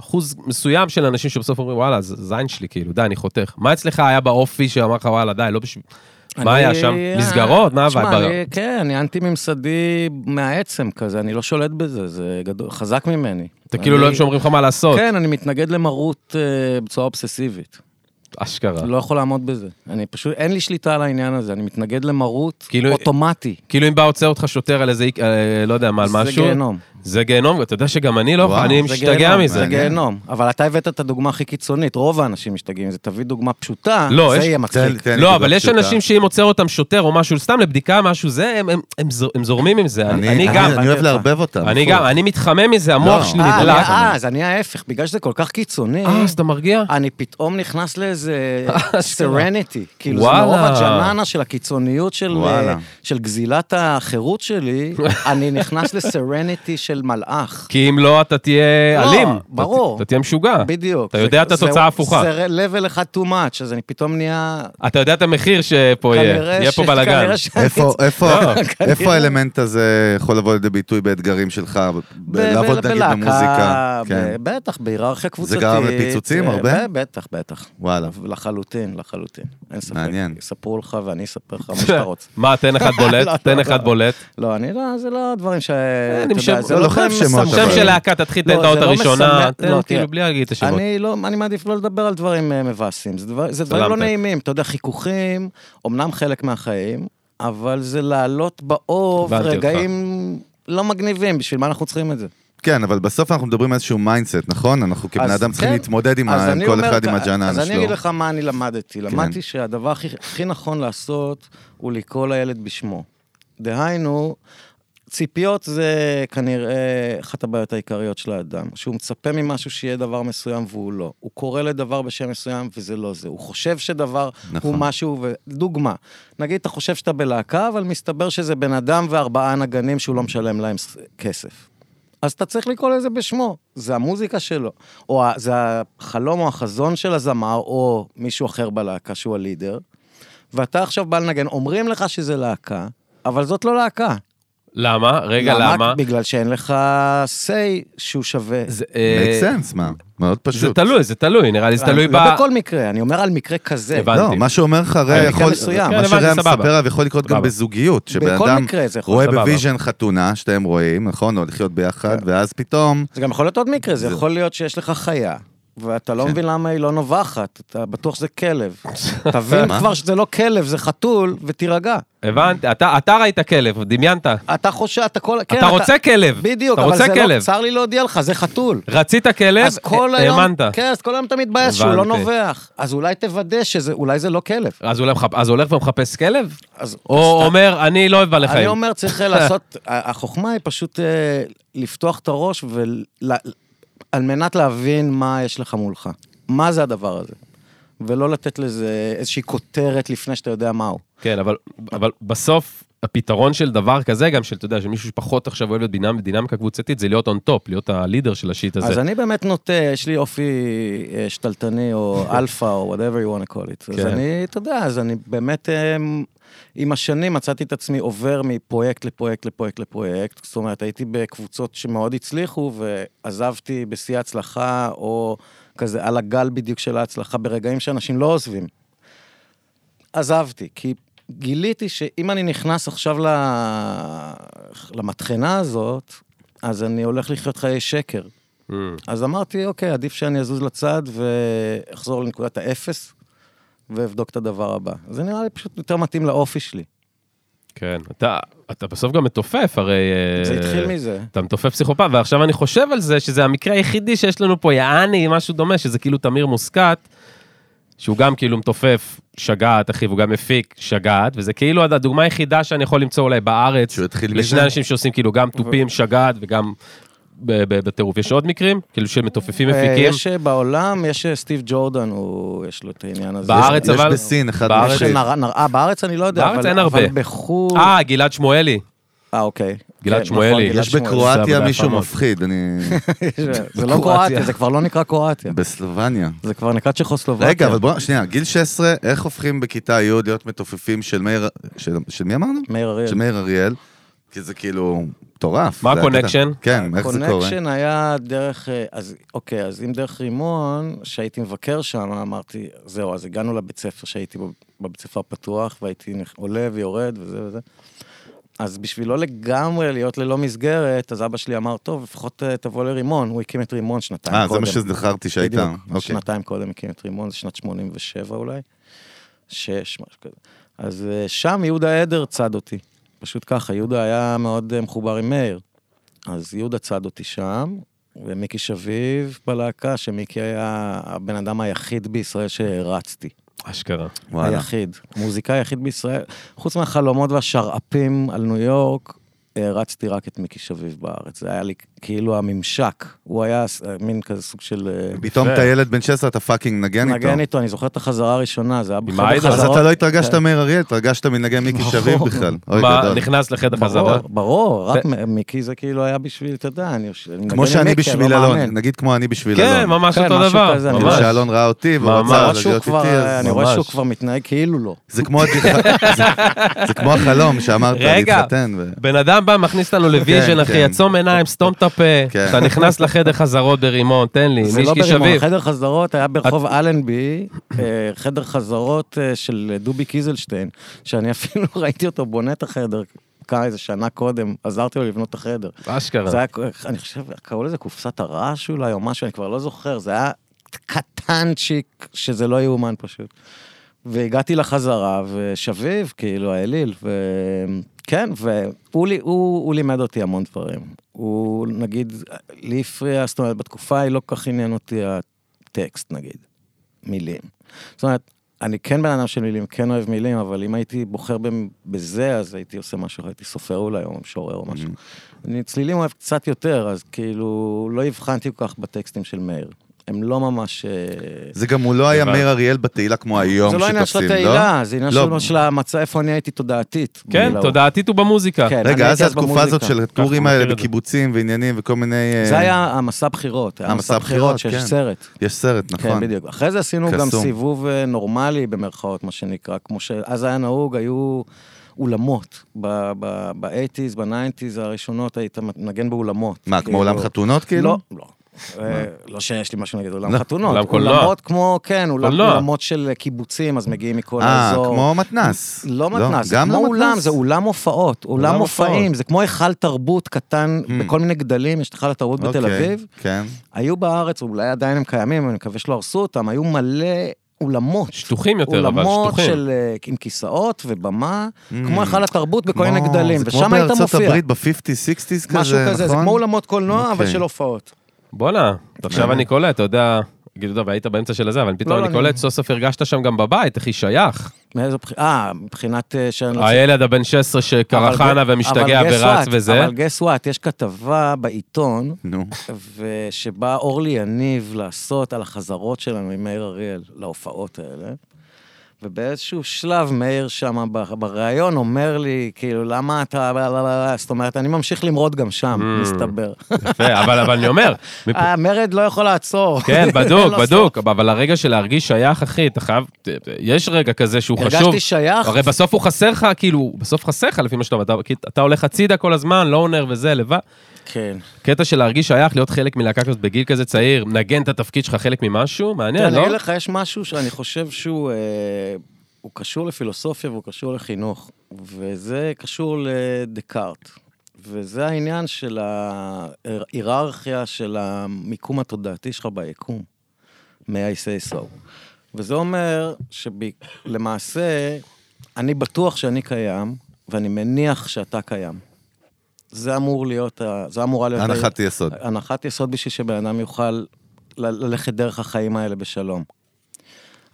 Speaker 1: אחוז מסוים של אנשים שבסוף אומרים, וואלה, זה זין שלי, כאילו, די, אני חותך. מה אצלך היה באופי שאמר לך, וואלה, די, לא בשביל... מה
Speaker 2: אני- אה,
Speaker 1: היה שם? מסגרות? מה
Speaker 2: תשמע,
Speaker 1: הווייב?
Speaker 2: אני- כן, אני אנטי-ממסדי מהעצם כזה, אני לא שולט בזה, זה גדול, חזק ממני.
Speaker 1: אתה כאילו לא אוהב
Speaker 2: אני-
Speaker 1: שאומרים לך מה לעשות.
Speaker 2: כן, אני מתנגד למרות אה, בצורה אובססיבית.
Speaker 1: אשכרה.
Speaker 2: לא יכול לעמוד בזה. אני פשוט, אין לי שליטה על העניין הזה, אני מתנגד למרות
Speaker 1: כאילו-
Speaker 2: אוטומטי.
Speaker 1: כאילו אם בא עוצר אותך שוטר על איזה, איק- אה, לא יודע מה, על
Speaker 2: זה
Speaker 1: משהו,
Speaker 2: גיהנום.
Speaker 1: זה גיהנום, ואתה יודע שגם אני לא,
Speaker 3: וואו,
Speaker 1: אני
Speaker 2: זה
Speaker 1: משתגע
Speaker 2: גיהנום,
Speaker 1: מזה. כן.
Speaker 2: זה
Speaker 3: מעניין.
Speaker 2: גיהנום. אבל אתה הבאת את הדוגמה הכי קיצונית, רוב האנשים משתגעים מזה. תביא דוגמה פשוטה,
Speaker 1: לא, יש-
Speaker 2: זה יהיה מצחיק.
Speaker 3: תן- תן לי
Speaker 1: לא,
Speaker 3: דוגמה
Speaker 1: אבל יש
Speaker 3: פשוטה.
Speaker 1: אנשים שאם עוצר אותם שוטר או משהו, סתם לבדיקה, משהו זה, הם- הם- הם זו- הם זורמים עם זה. אני אני גם,
Speaker 3: אני אוהב לערבב אותם.
Speaker 1: אני גם, אני מתחמם מזה,
Speaker 3: לא.
Speaker 1: המוח שלי
Speaker 2: אה, אני-
Speaker 1: נדלק.
Speaker 2: אה, אז אני ההפך, בגלל שזה כל כך קיצוני,
Speaker 1: אה, אז אתה מרגיע?
Speaker 2: אני פתאום נכנס לאיזה
Speaker 1: אשכרה.
Speaker 2: סרניטי. כאילו, זה
Speaker 1: וואלה.
Speaker 2: מרוב הג'ננה של הקיצוניות של,
Speaker 3: וואלה.
Speaker 2: אה, של גזילת החירות
Speaker 1: <laughs>
Speaker 2: שלי, אני נכנס לסרניטי של מלאך.
Speaker 1: כי אם לא, אתה תהיה
Speaker 2: לא,
Speaker 1: אלים.
Speaker 2: ברור.
Speaker 1: אתה- אתה תהיה משוגע.
Speaker 2: בדיוק.
Speaker 1: אה, אתה יודע
Speaker 2: זה-
Speaker 1: את התוצאה
Speaker 2: זה-
Speaker 1: ההפוכה.
Speaker 2: זה level אחד too much, אז אני פתאום נהיה...
Speaker 1: אתה יודע את המחיר שפה
Speaker 2: כנראה
Speaker 1: יהיה, יהיה אה, פה
Speaker 2: ש-
Speaker 1: בלאגן.
Speaker 2: כנראה שאני
Speaker 3: איפה- איפה
Speaker 1: לא,
Speaker 2: כן,
Speaker 3: איפה האלמנט הזה יכול לבוא לידי ביטוי באתגרים שלך? ב-
Speaker 2: ב-
Speaker 3: לעבוד
Speaker 2: ב-
Speaker 3: נגיד
Speaker 2: בלהקה,
Speaker 3: במוזיקה.
Speaker 2: ב-
Speaker 3: כן.
Speaker 2: בטח, בהיררכיה קבוצתית.
Speaker 3: גרם לפיצוצים
Speaker 2: אה,
Speaker 3: הרבה?
Speaker 2: ב- בטח, בטח.
Speaker 3: וואלה.
Speaker 2: לחלוטין, לחלוטין. אין ספק.
Speaker 3: מעניין.
Speaker 2: יספרו לך ואני אספר
Speaker 1: <laughs>
Speaker 2: לך מה שאתה לא, רוצה.
Speaker 1: מה, תן אחד בולט,
Speaker 2: לא,
Speaker 1: תן
Speaker 2: לא,
Speaker 1: אחד
Speaker 2: לא.
Speaker 1: בולט.
Speaker 2: לא, אני לא, זה לא דברים ש... אתה
Speaker 1: אני
Speaker 2: יודע,
Speaker 1: משם-
Speaker 2: זה
Speaker 3: לא, לא
Speaker 2: דברים
Speaker 3: חייב שמות,
Speaker 2: מסמכים.
Speaker 1: שם
Speaker 3: אבל-
Speaker 1: של להקה, תתחיל
Speaker 2: לא,
Speaker 1: את
Speaker 2: זה
Speaker 1: האות
Speaker 2: לא
Speaker 1: הראשונה,
Speaker 2: משמח- לא,
Speaker 1: תן
Speaker 2: תראה.
Speaker 1: כאילו בלי להגיד את השמות.
Speaker 2: אני לא, אני מעדיף לא לדבר על דברים אה, מבאסים, זה, דבר, זה דברים לא
Speaker 1: סלמת.
Speaker 2: נעימים, אתה יודע, חיכוכים, אמנם חלק מהחיים, אבל זה לעלות באוב
Speaker 1: הבנתי אותך.
Speaker 2: רגעים לא מגניבים, בשביל מה אנחנו צריכים את זה?
Speaker 3: כן, אבל בסוף אנחנו מדברים על איזשהו מיינדסט, נכון? אנחנו כבני
Speaker 2: אז
Speaker 3: אדם צריכים
Speaker 2: כן.
Speaker 3: להתמודד עם
Speaker 2: אז
Speaker 3: ה- עם
Speaker 2: אני
Speaker 3: כל
Speaker 2: אומר
Speaker 3: אחד עם
Speaker 2: כ-
Speaker 3: הג'אננה
Speaker 2: אז אני אגיד
Speaker 3: שלו. כן.
Speaker 2: לך מה אני למדתי. למדתי שהדבר הכי, הכי נכון לעשות הוא לקרוא לילד בשמו. דהיינו, ציפיות זה כנראה אחת הבעיות העיקריות של האדם. שהוא מצפה ממשהו שיהיה דבר מסוים והוא לא. הוא קורא לדבר בשם מסוים וזה לא זה. הוא חושב שדבר
Speaker 3: נכון.
Speaker 2: נכון. הוא משהו, ו... דוגמה, נגיד אתה חושב שאתה בלהקה, אבל מסתבר שזה בן אדם וארבעה נגנים שהוא לא משלם להם ס- כסף. אז אתה צריך לקרוא לזה בשמו, זה המוזיקה שלו. או ה- זה החלום או החזון של הזמר, או מישהו אחר בלהקה שהוא הלידר, ואתה עכשיו בא לנגן, אומרים לך שזה להקה, אבל זאת לא להקה.
Speaker 1: למה? רגע, למה?
Speaker 2: בגלל שאין לך say שהוא שווה.
Speaker 1: זה, אה,
Speaker 3: make sense, מה? מאוד
Speaker 1: זה
Speaker 3: פשוט.
Speaker 1: תלוי, זה תלוי, נראה לי זה תלוי ב...
Speaker 2: לא בכל מקרה, אני אומר על מקרה כזה.
Speaker 1: הבנתי.
Speaker 3: לא, מה שאומר לך
Speaker 1: אה,
Speaker 3: הרי
Speaker 1: מקרה
Speaker 3: יכול...
Speaker 1: כן,
Speaker 2: מסוים.
Speaker 3: מה
Speaker 1: הבנתי,
Speaker 3: שרם
Speaker 1: סבבה.
Speaker 3: מספר עליו יכול לקרות גם
Speaker 1: סבבה.
Speaker 3: בזוגיות, שבן
Speaker 2: בכל
Speaker 3: אדם
Speaker 2: מקרה זה יכול
Speaker 3: רואה
Speaker 1: סבבה.
Speaker 3: בוויז'ן חתונה שאתם רואים, נכון? או לחיות ביחד,
Speaker 2: כן.
Speaker 3: ואז פתאום...
Speaker 2: זה גם יכול להיות עוד מקרה, זה יכול להיות שיש לך חיה, ואתה
Speaker 1: כן.
Speaker 2: לא מבין למה היא לא נובחת, אתה בטוח שזה
Speaker 1: <laughs>
Speaker 2: כלב. תבין
Speaker 3: מה?
Speaker 2: כבר שזה לא כלב, זה חתול, ותירגע.
Speaker 1: הבנתי, אתה אתה ראית כלב, דמיינת.
Speaker 2: אתה חושב, אתה כל... כן,
Speaker 1: אתה רוצה כלב.
Speaker 2: בדיוק,
Speaker 1: אתה
Speaker 2: אבל
Speaker 1: רוצה
Speaker 2: זה לא,
Speaker 1: כלב.
Speaker 2: צר לי להודיע לך, זה חתול.
Speaker 1: רצית כלב, אה,
Speaker 2: אז כל היום,
Speaker 1: האמנת.
Speaker 2: כן, אז כל היום אתה מתבאס שהוא לא
Speaker 1: הבנתי.
Speaker 2: נובח. אז אולי תוודא שזה, אולי זה לא כלב.
Speaker 1: אז אולי מחפ- אז הולך ומחפש כלב?
Speaker 2: אז
Speaker 1: או אומר, אני לא אוהב בעלי
Speaker 2: אני
Speaker 1: חיים.
Speaker 2: אומר, צריך אה, לעשות, <laughs> ה- החוכמה היא פשוט אה, לפתוח את הראש ול... על מנת להבין מה יש לך מולך. מה זה הדבר הזה? ולא לתת לזה איזושהי כותרת לפני שאתה יודע מהו.
Speaker 1: כן, אבל, אבל בסוף, הפתרון של דבר כזה, גם של, אתה יודע, שמישהו שפחות עכשיו אוהב להיות בדינמ- בדינמיקה קבוצתית, זה להיות און טופ, להיות הלידר של השיט הזה.
Speaker 2: אז אני באמת נוטה, יש לי אופי אה, שתלטני או אלפא או whatever you want to call it. אז
Speaker 1: כן.
Speaker 2: אני, אתה יודע, אז אני באמת, אה, עם השנים מצאתי את עצמי עובר מפרויקט לפרויקט לפרויקט לפרויקט. זאת אומרת, הייתי בקבוצות שמאוד הצליחו ועזבתי בשיא ההצלחה, או כזה על הגל בדיוק של ההצלחה, ברגעים שאנשים לא עוזבים. עזבתי, כי גיליתי שאם אני נכנס עכשיו ל... למטחנה הזאת, אז אני הולך לחיות חיי שקר.
Speaker 1: Mm.
Speaker 2: אז אמרתי, אוקיי, עדיף שאני אזוז לצד ואחזור לנקודת האפס, ואבדוק את הדבר הבא. זה נראה לי פשוט יותר מתאים לאופי שלי.
Speaker 1: כן, אתה, אתה בסוף גם מתופף, הרי... אה,
Speaker 2: זה התחיל מזה.
Speaker 1: אתה מתופף פסיכופת, ועכשיו אני חושב על זה שזה המקרה היחידי שיש לנו פה, יעני, משהו דומה, שזה כאילו תמיר מוסקת, שהוא גם כאילו מתופף שגעת, אחי, והוא גם מפיק שגעת, וזה כאילו הד- הדוגמה היחידה שאני יכול למצוא אולי בארץ,
Speaker 3: שהוא התחיל
Speaker 1: לשני
Speaker 3: מזה?
Speaker 1: אנשים שעושים כאילו גם תופים, שגעת וגם ב- ב- בטירוף. יש עוד מקרים? כאילו של מתופפים
Speaker 2: אה,
Speaker 1: מפיקים?
Speaker 2: יש אה, בעולם, יש אה, סטיב ג'ורדן, הוא, יש לו את העניין הזה.
Speaker 1: בארץ,
Speaker 3: יש
Speaker 1: אבל-
Speaker 3: בסין אחד
Speaker 1: בארץ-
Speaker 2: יש
Speaker 3: מפחיד.
Speaker 2: נר- נר- אה, בארץ אני לא יודע,
Speaker 1: בארץ
Speaker 2: אבל-
Speaker 1: אין הרבה.
Speaker 2: אבל בחו"ל...
Speaker 1: אה, גלעד שמואלי.
Speaker 2: אה, אוקיי.
Speaker 1: גלעד
Speaker 2: כן,
Speaker 1: שמואלי.
Speaker 2: נכון, גלעד
Speaker 3: יש
Speaker 2: שמואלי.
Speaker 1: סבבה,
Speaker 3: בקרואטיה
Speaker 1: יפה
Speaker 3: מישהו
Speaker 1: מאוד.
Speaker 3: מפחיד, אני...
Speaker 2: זה לא קרואטיה, זה כבר לא נקרא קרואטיה.
Speaker 3: בסלובניה.
Speaker 2: זה כבר נקרא צ'כוסלובקיה.
Speaker 3: רגע, אבל בוא, שנייה, גיל 16, איך הופכים בכיתה י' להיות מתופפים של מאיר... של של מי אמרנו?
Speaker 2: מאיר אריאל.
Speaker 3: של מאיר אריאל, כי זה כאילו מטורף.
Speaker 1: מה
Speaker 3: זה הקטע.
Speaker 1: הקונקשן?
Speaker 3: כן, איך זה קורה?
Speaker 2: קונקשן היה דרך, אה, אז אוקיי, אז אם דרך רימון, שהייתי מבקר שם, אמרתי, זהו, אז הגענו לבית ספר שהייתי בו- בבית ספר הפתוח, והייתי נכ- עולה ויורד וזה וזה. אז בשביל לא לגמרי להיות ללא מסגרת, אז אבא שלי אמר, טוב, לפחות אה, תבוא לרימון, הוא הקים את רימון שנתיים
Speaker 3: אה,
Speaker 2: קודם.
Speaker 3: זה מה שזכרתי שהיית.
Speaker 2: בדיוק,
Speaker 3: אוקיי.
Speaker 2: שנתיים קודם הקים את רימון, זה שנת 87 אולי, שש, משהו כזה. אז אה, שם יהודה עדר צד אותי, פשוט ככה, יהודה היה מאוד אה, מחובר עם מאיר. אז יהודה צד אותי שם, ומיקי שביב בלהקה, שמיקי היה הבן אדם היחיד בישראל שהרצתי.
Speaker 1: אשכרה.
Speaker 3: וואלה.
Speaker 2: היחיד. המוזיקאי היחיד בישראל. חוץ מהחלומות והשרעפים על ניו יורק, הרצתי רק את מיקי שביב בארץ. זה היה לי כאילו הממשק. הוא היה ס- מין כזה סוג של... אה,
Speaker 3: פתאום אתה ילד בן 16, אתה פאקינג נגן כן, איתו.
Speaker 2: נגן איתו, כן. אני זוכר את החזרה הראשונה, זה היה
Speaker 1: האיידל.
Speaker 3: אז
Speaker 1: חזרות.
Speaker 3: אתה לא התרגשת מאיר אריאל, התרגשת מנגן מיקי
Speaker 2: ברור.
Speaker 3: שביב בכלל. אוי
Speaker 1: מה,
Speaker 3: גדול.
Speaker 1: נכנס לחדר חזרה?
Speaker 2: ברור, ברור, רק
Speaker 1: זה-
Speaker 2: מ- מיקי זה כאילו היה בשביל, אתה יודע, אני יושב- אני נגן
Speaker 3: כמו
Speaker 2: עם
Speaker 3: שאני
Speaker 2: מיקי, אני
Speaker 3: בשביל
Speaker 2: לא
Speaker 3: אלון,
Speaker 2: מאמן.
Speaker 3: נגיד כמו אני בשביל אלון.
Speaker 1: כן, ממש
Speaker 2: כן,
Speaker 1: אותו
Speaker 2: משהו
Speaker 1: דבר.
Speaker 2: כזה, אני
Speaker 3: כאילו
Speaker 1: ממש.
Speaker 2: חושב.
Speaker 3: שאלון ראה אותי והוא
Speaker 1: ממש. ממש,
Speaker 3: רצה
Speaker 2: רואה לא שהוא
Speaker 3: להיות
Speaker 2: כבר- אה,
Speaker 3: איתי, אז
Speaker 2: אני רואה
Speaker 1: ממש.
Speaker 2: שהוא כבר מתנהג כאילו לא.
Speaker 3: זה כמו הדיחה, זה- <laughs> זה כמו החלום שאמרת
Speaker 1: רגע.
Speaker 3: להתחתן. ו-
Speaker 1: בן אדם בא, מכניס אותנו לוויז'ן,
Speaker 3: כן,
Speaker 1: אחי,
Speaker 3: כן.
Speaker 1: עצום עיניים, סתום את הפה.
Speaker 3: כן.
Speaker 1: אתה נכנס לחדר חזרות ברימון, תן לי,
Speaker 2: זה לא
Speaker 1: מישקי
Speaker 2: ברימון,
Speaker 1: שביב.
Speaker 2: חדר חזרות היה ברחוב אלנבי, אה, חדר חזרות אה, של דובי קיזלשטיין, שאני <laughs> אפילו ראיתי אותו בונה את החדר. כמה איזה שנה קודם, עזרתי לו לבנות את החדר. זה
Speaker 1: אשכרה.
Speaker 2: היה, אני חושב, קראו לזה קופסת הרעש אולי, או משהו, אני כבר לא זוכר, זה היה קטנצ'יק, שזה לא יאומן פשוט. והגעתי לחזרה, ושביב, כאילו, האליל, וכן, והוא לי- הוא, הוא לימד אותי המון דברים. הוא, נגיד, לי הפריע, זאת אומרת, בתקופה ההיא לא כל כך עניין אותי הטקסט, נגיד, מילים. זאת אומרת, אני כן בן אדם של מילים, כן אוהב מילים, אבל אם הייתי בוחר במ- בזה, אז הייתי עושה משהו, הייתי סופר אולי, או משורר או משהו.
Speaker 3: Mm-hmm.
Speaker 2: אני צלילים אוהב קצת יותר, אז כאילו, לא הבחנתי כל כך בטקסטים של מאיר. הם לא ממש... אה,
Speaker 3: זה גם הוא לא היה
Speaker 1: הבנתי.
Speaker 3: מאיר אריאל בתהילה כמו היום
Speaker 2: זה לא עניין של
Speaker 3: שתופסים,
Speaker 2: התהילה, זה עניין
Speaker 3: לא.
Speaker 2: של- של המצע, איפה אני הייתי תודעתית. בגיל
Speaker 1: כן,
Speaker 2: ההוא.
Speaker 1: תודעתית ובמוזיקה.
Speaker 2: כן, אני
Speaker 3: רגע, אז
Speaker 2: הייתי
Speaker 3: התקופה הזאת
Speaker 2: במוזיקה.
Speaker 3: של הטורים
Speaker 1: ככה,
Speaker 3: האלה
Speaker 1: מכיר את זה.
Speaker 3: בקיבוצים ועניינים וכל מיני... אה,
Speaker 2: זה היה המסע בחירות, היה
Speaker 3: המסע
Speaker 2: מסע
Speaker 3: בחירות,
Speaker 2: בחירות שיש
Speaker 3: כן.
Speaker 2: סרט.
Speaker 3: יש סרט,
Speaker 2: כן,
Speaker 3: נכון.
Speaker 2: בדיוק. אחרי זה עשינו גם
Speaker 3: קסום.
Speaker 2: סיבוב אה, נורמלי, במרכאות, מה שנקרא, כמו שאז היה נהוג, היו אולמות. ב-80's, ב-90's הראשונות היית מנגן באולמות.
Speaker 3: מה, כמו
Speaker 2: כאילו-
Speaker 3: עולם חתונות כאילו?
Speaker 2: לא, לא. אה, לא שיש לי משהו נגד אולם חתונות.
Speaker 1: אולם קולנוע.
Speaker 2: אולמות כמו, כן, אולם-
Speaker 1: קולנוע.
Speaker 2: אולמות של אה, קיבוצים, אז מגיעים מכל
Speaker 3: אה,
Speaker 2: האזור.
Speaker 3: כמו מתנס.
Speaker 2: לא מתנ"ס, זה
Speaker 3: גם
Speaker 2: כמו
Speaker 3: לא
Speaker 2: אולם,
Speaker 3: מתנ"ס?
Speaker 2: זה אולם הופעות, אולם
Speaker 1: אולם
Speaker 2: מופעים,
Speaker 1: הופעות.
Speaker 2: זה כמו היכל תרבות קטן
Speaker 3: Hmm.
Speaker 2: בכל מיני גדלים, יש את היכל התרבות בתל
Speaker 3: אוקיי,
Speaker 2: אביב.
Speaker 3: כן.
Speaker 2: היו בארץ, אולי עדיין הם קיימים, אני מקווה שלא הרסו אותם, היו מלא אולמות.
Speaker 1: שטוחים יותר, אבל
Speaker 2: אולמות
Speaker 1: שטוחים.
Speaker 2: של, אה, עם כיסאות ובמה, כמו
Speaker 3: Hmm.
Speaker 2: היכל התרבות בכל מיני
Speaker 3: כמו-
Speaker 2: גדלים, ושם היית
Speaker 3: זה כמו
Speaker 2: מופיע.
Speaker 3: בארצות הברית ב-50-60's כזה, נכון?
Speaker 2: משהו כזה, זה כמו אולמות קולנוע, אבל
Speaker 3: אוקיי.
Speaker 2: של הופעות.
Speaker 1: בואנה,
Speaker 3: כן.
Speaker 1: עכשיו אני קולט, אתה יודע, כאילו, טוב, היית באמצע של הזה, אבל
Speaker 2: לא,
Speaker 1: פתאום
Speaker 2: לא,
Speaker 1: אני
Speaker 2: אני-
Speaker 1: קולט, סוף סוף הרגשת שם גם בבית, אחי, שייך.
Speaker 2: מאיזו בחינה? אה, מבחינת... אה, שאני לא
Speaker 1: הילד הבן 16
Speaker 2: אבל
Speaker 1: שקרחנה
Speaker 2: ג-
Speaker 1: ומשתגע
Speaker 2: אבל guess
Speaker 1: ורץ
Speaker 2: what?
Speaker 1: וזה.
Speaker 2: אבל guess what, יש כתבה בעיתון,
Speaker 3: נו,
Speaker 2: ושבא אורלי יניב לעשות על החזרות שלנו עם מאיר אריאל להופעות האלה. ובאיזשהו שלב מאיר שם ב- בריאיון אומר לי, כאילו, למה אתה... לא, לא, לא, לא?" זאת אומרת, אני ממשיך למרוד גם שם,
Speaker 1: Mm.
Speaker 2: מסתבר.
Speaker 1: יפה, אבל אבל אני אומר, מפ-
Speaker 2: המרד לא יכול לעצור. <laughs>
Speaker 1: כן, בדוק,
Speaker 2: לא,
Speaker 1: בדוק, אבל הרגע של להרגיש שייך, אחי, אתה חייב, יש רגע כזה שהוא חשוב.
Speaker 2: הרגשתי שייך.
Speaker 1: הרי בסוף הוא חסר לך, כאילו, בסוף חסר לך לפי מה שאתה אומר, אתה- כי אתה הולך הצידה כל הזמן, לא אונר וזה, לבד.
Speaker 2: כן.
Speaker 1: קטע של להרגיש שייך, להיות חלק מלהקה כזאת בגיל כזה צעיר, נגן את התפקיד שלך חלק ממשהו, מעניין,
Speaker 2: כן, אני
Speaker 1: לא?
Speaker 2: אגיד לך, יש משהו שאני חושב שהוא אה, הוא קשור לפילוסופיה והוא קשור לחינוך, וזה קשור לדקארט. וזה העניין של ההיררכיה של המיקום התודעתי שלך ביקום, may I say so. וזה אומר שלמעשה, אני בטוח שאני קיים, ואני מניח שאתה קיים. זה אמור להיות, ה- זה אמורה להיות... ה-
Speaker 3: הנחת יסוד.
Speaker 2: הנחת יסוד בשביל שבן אדם יוכל ל- ללכת דרך החיים האלה בשלום.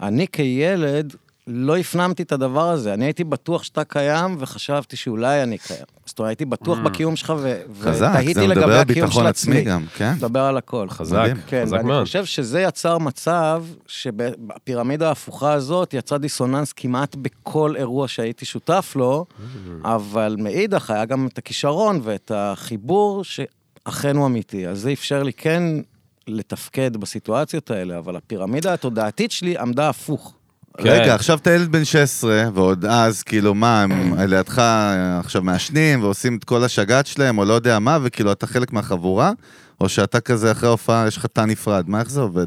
Speaker 2: אני כילד לא הפנמתי את הדבר הזה, אני הייתי בטוח שאתה קיים וחשבתי שאולי אני קיים. זאת אומרת, הייתי בטוח בקיום שלך ו-
Speaker 3: Mm. חזק, זה
Speaker 2: ותהיתי לגבי
Speaker 3: מדבר על
Speaker 2: הקיום של
Speaker 3: ביטחון עצמי
Speaker 2: עצמי. לא,
Speaker 3: גם, כן.
Speaker 2: מדבר על הכל.
Speaker 1: חזק,
Speaker 3: מדהים.
Speaker 2: כן,
Speaker 1: חזק
Speaker 2: ואני
Speaker 1: מאוד.
Speaker 2: חושב שזה יצר מצב שבפירמידה ההפוכה הזאת יצא דיסוננס כמעט בכל אירוע שהייתי שותף לו,
Speaker 3: Mm.
Speaker 2: אבל מאידך היה גם את הכישרון ואת החיבור שאכן הוא אמיתי. אז זה אפשר לי כן לתפקד בסיטואציות האלה, אבל הפירמידה התודעתית שלי עמדה הפוך.
Speaker 1: כן.
Speaker 3: רגע, עכשיו אתה ילד בן 16, ועוד אז, כאילו,
Speaker 1: <clears throat>
Speaker 3: מה, הם לידך אה, עכשיו מעשנים ועושים את כל השגעת שלהם, או לא יודע מה, וכאילו, אתה חלק מהחבורה, או שאתה כזה אחרי ההופעה, יש לך תא נפרד, מה, איך זה עובד?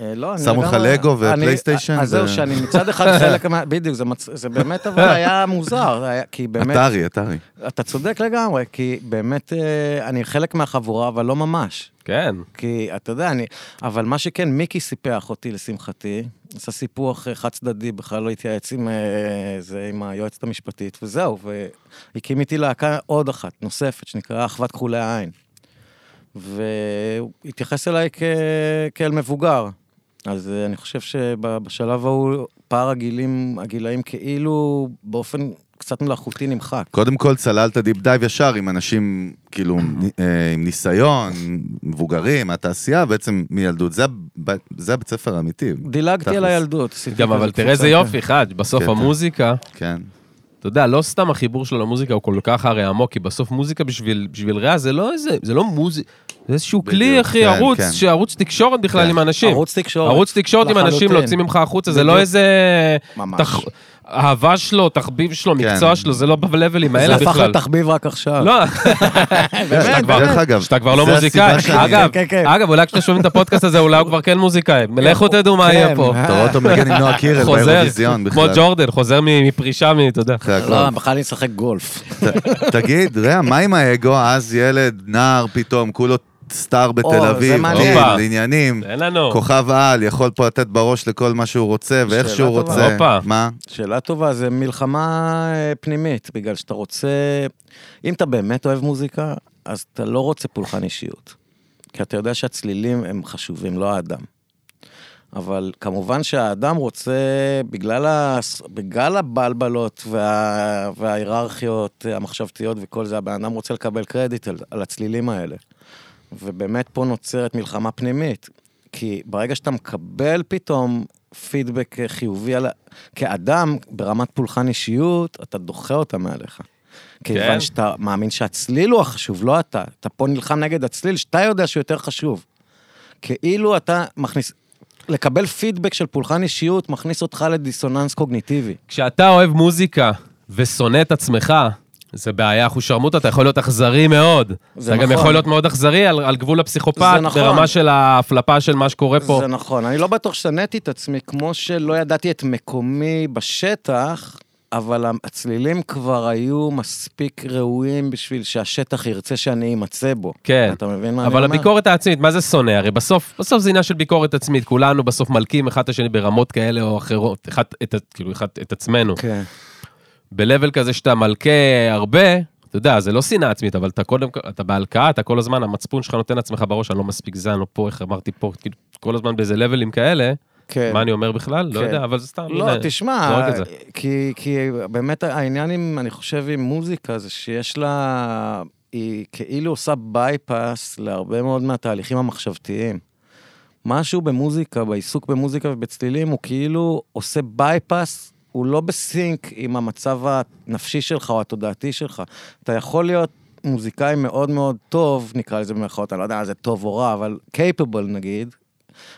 Speaker 2: אה, לא, אני
Speaker 3: שמו לך
Speaker 2: לגמרי-
Speaker 3: לגו
Speaker 2: אני-
Speaker 3: ופלייסטיישן
Speaker 2: אז זהו,
Speaker 3: ו-
Speaker 2: שאני מצד אחד חלק מה... בדיוק, זה מצ- זה באמת
Speaker 3: <laughs>
Speaker 2: אבל היה מוזר, היה- כי באמת...
Speaker 3: אתרי, אתרי.
Speaker 2: אתה צודק לגמרי, כי באמת אה, אני חלק מהחבורה, אבל לא ממש.
Speaker 1: כן.
Speaker 2: כי אתה יודע, אני... אבל מה שכן, מיקי סיפח אותי לשמחתי, עשה סיפוח אה, חד צדדי, בכלל לא התייעץ עם, אה, זה, עם היועצת המשפטית, וזהו, והקים איתי להקה עוד אחת, נוספת, שנקראה אחוות כחולי העין. והוא התייחס אליי כ... כאל מבוגר. אז אה, אני חושב שבשלב ההוא פער הגילים, הגילאים כאילו באופן קצת מלאכותי נמחק.
Speaker 3: קודם כל צללת דיפ דייב ישר עם אנשים,
Speaker 1: <clears throat>
Speaker 3: כאילו, אה, עם ניסיון, מבוגרים, מהתעשייה, בעצם מילדות. זה, הב- זה הבית ספר האמיתי,
Speaker 2: דילגתי
Speaker 3: תכלס.
Speaker 2: על הילדות. עשיתי
Speaker 1: גם,
Speaker 2: כזה
Speaker 1: אבל תראה
Speaker 2: קבוצה,
Speaker 1: איזה
Speaker 2: כן.
Speaker 1: יופי, חאג', בסוף
Speaker 3: כן.
Speaker 1: המוזיקה,
Speaker 3: כן.
Speaker 1: אתה יודע, לא סתם החיבור שלו למוזיקה הוא כל כך הרי עמוק, כי בסוף מוזיקה בשביל, בשביל רע זה לא איזה, זה לא מוזיקה, זה איזשהו כלי,
Speaker 3: בדיוק,
Speaker 1: אחי,
Speaker 3: כן,
Speaker 1: ערוץ,
Speaker 3: כן.
Speaker 1: שערוץ תקשורת בכלל
Speaker 3: כן.
Speaker 1: עם האנשים.
Speaker 2: ערוץ תקשורת.
Speaker 1: ערוץ תקשורת עם אנשים,
Speaker 2: לחלוטין.
Speaker 1: להוציא ממך החוצה, זה לא
Speaker 2: בדיוק.
Speaker 1: איזה...
Speaker 2: ממש.
Speaker 1: תח- אהבה שלו, תחביב שלו,
Speaker 3: כן.
Speaker 1: מקצוע שלו, זה לא בלבלים האלה
Speaker 2: זה הפך
Speaker 1: בכלל.
Speaker 2: לתחביב רק עכשיו. <laughs>
Speaker 1: לא,
Speaker 3: שאתה כבר- דרך אגב,
Speaker 1: שאתה כבר לא
Speaker 3: זה
Speaker 1: מוזיקאי.
Speaker 3: הסיבה שאני-
Speaker 1: אגב,
Speaker 2: כן, כן.
Speaker 1: אגב, אולי כשאתם שומעים את הפודקאסט הזה, אולי הוא כבר כן מוזיקאי. לכו תדעו מה
Speaker 2: כן.
Speaker 1: יהיה פה.
Speaker 3: אתה רואה אותו מנגן עם נועה
Speaker 1: <laughs>
Speaker 3: קירל
Speaker 1: חוזר,
Speaker 3: באירוויזיון
Speaker 1: כמו
Speaker 3: בכלל. כן.
Speaker 1: ג'ורדן, חוזר מ- מפרישה, מ- אתה יודע.
Speaker 3: אחרי הכל.
Speaker 2: לא, בכלל אני אשחק גולף.
Speaker 3: ת- תגיד, רע, מה עם האגו? אז ילד, נער פתאום, כולו סטאר בתל
Speaker 2: זה
Speaker 3: אביב,
Speaker 2: מעניין.
Speaker 1: הופה.
Speaker 3: לעניינים,
Speaker 1: אין לנו.
Speaker 3: כוכב על, יכול פה לתת בראש לכל מה שהוא רוצה ואיך
Speaker 2: שאלה
Speaker 3: שהוא
Speaker 2: טובה.
Speaker 3: רוצה.
Speaker 1: הופה.
Speaker 3: מה?
Speaker 2: שאלה טובה, זה מלחמה אה, פנימית, בגלל שאתה רוצה... אם אתה באמת אוהב מוזיקה, אז אתה לא רוצה פולחן אישיות. כי אתה יודע שהצלילים הם חשובים, לא האדם. אבל כמובן שהאדם רוצה, בגלל, ה... בגלל הבלבלות וה... וההיררכיות המחשבתיות וכל זה, הבן אדם רוצה לקבל קרדיט על, על הצלילים האלה. ובאמת פה נוצרת מלחמה פנימית. כי ברגע שאתה מקבל פתאום פידבק חיובי על... ה- כאדם, ברמת פולחן אישיות, אתה דוחה אותה מעליך. כיוון שאתה מאמין שהצליל הוא החשוב, לא אתה. אתה פה נלחם נגד הצליל, שאתה יודע שהוא יותר חשוב. כאילו אתה מכניס... לקבל פידבק של פולחן אישיות מכניס אותך לדיסוננס קוגניטיבי.
Speaker 1: כשאתה אוהב מוזיקה ושונא את עצמך, זה בעיה אחושרמוטה, אתה יכול להיות אכזרי מאוד.
Speaker 2: זה
Speaker 1: אתה גם
Speaker 2: נכון.
Speaker 1: יכול להיות מאוד אכזרי על, על גבול הפסיכופת,
Speaker 2: זה נכון.
Speaker 1: ברמה של ההפלפה של מה שקורה פה.
Speaker 2: זה נכון, אני לא בטוח שנאתי את עצמי, כמו שלא ידעתי את מקומי בשטח, אבל הצלילים כבר היו מספיק ראויים בשביל שהשטח ירצה שאני אמצא בו.
Speaker 1: כן.
Speaker 2: אתה מבין מה אני אומר?
Speaker 1: אבל הביקורת העצמית, מה זה שונא? הרי בסוף, בסוף זה עניין של ביקורת עצמית. כולנו בסוף מלקים אחד את השני ברמות כאלה או אחרות, אחד, את, ה- כאילו, אחד, את עצמנו.
Speaker 2: כן.
Speaker 1: ב-level כזה שאתה מלכה הרבה, אתה יודע, זה לא שנאה עצמית, אבל אתה קודם כל, אתה בהלקאה, אתה כל הזמן, המצפון שלך נותן לעצמך בראש, אני לא מספיק זה, אני לא פה, איך אמרתי פה, כאילו, כל הזמן באיזה לבלים כאלה,
Speaker 2: כן.
Speaker 1: מה אני אומר בכלל? לא
Speaker 2: כן.
Speaker 1: יודע, אבל זה סתם,
Speaker 2: לא,
Speaker 1: הנה,
Speaker 2: תשמע,
Speaker 1: זורק את זה.
Speaker 2: כי, כי באמת העניין, עם, אני חושב, עם מוזיקה, זה שיש לה... היא כאילו עושה בייפס להרבה מאוד מהתהליכים המחשבתיים. משהו במוזיקה, בעיסוק במוזיקה ובצלילים, הוא כאילו עושה בייפס, הוא לא בסינק עם המצב הנפשי שלך או התודעתי שלך. אתה יכול להיות מוזיקאי מאוד מאוד טוב, נקרא לזה במירכאות, אני לא יודע אם זה טוב או רע, אבל capable נגיד,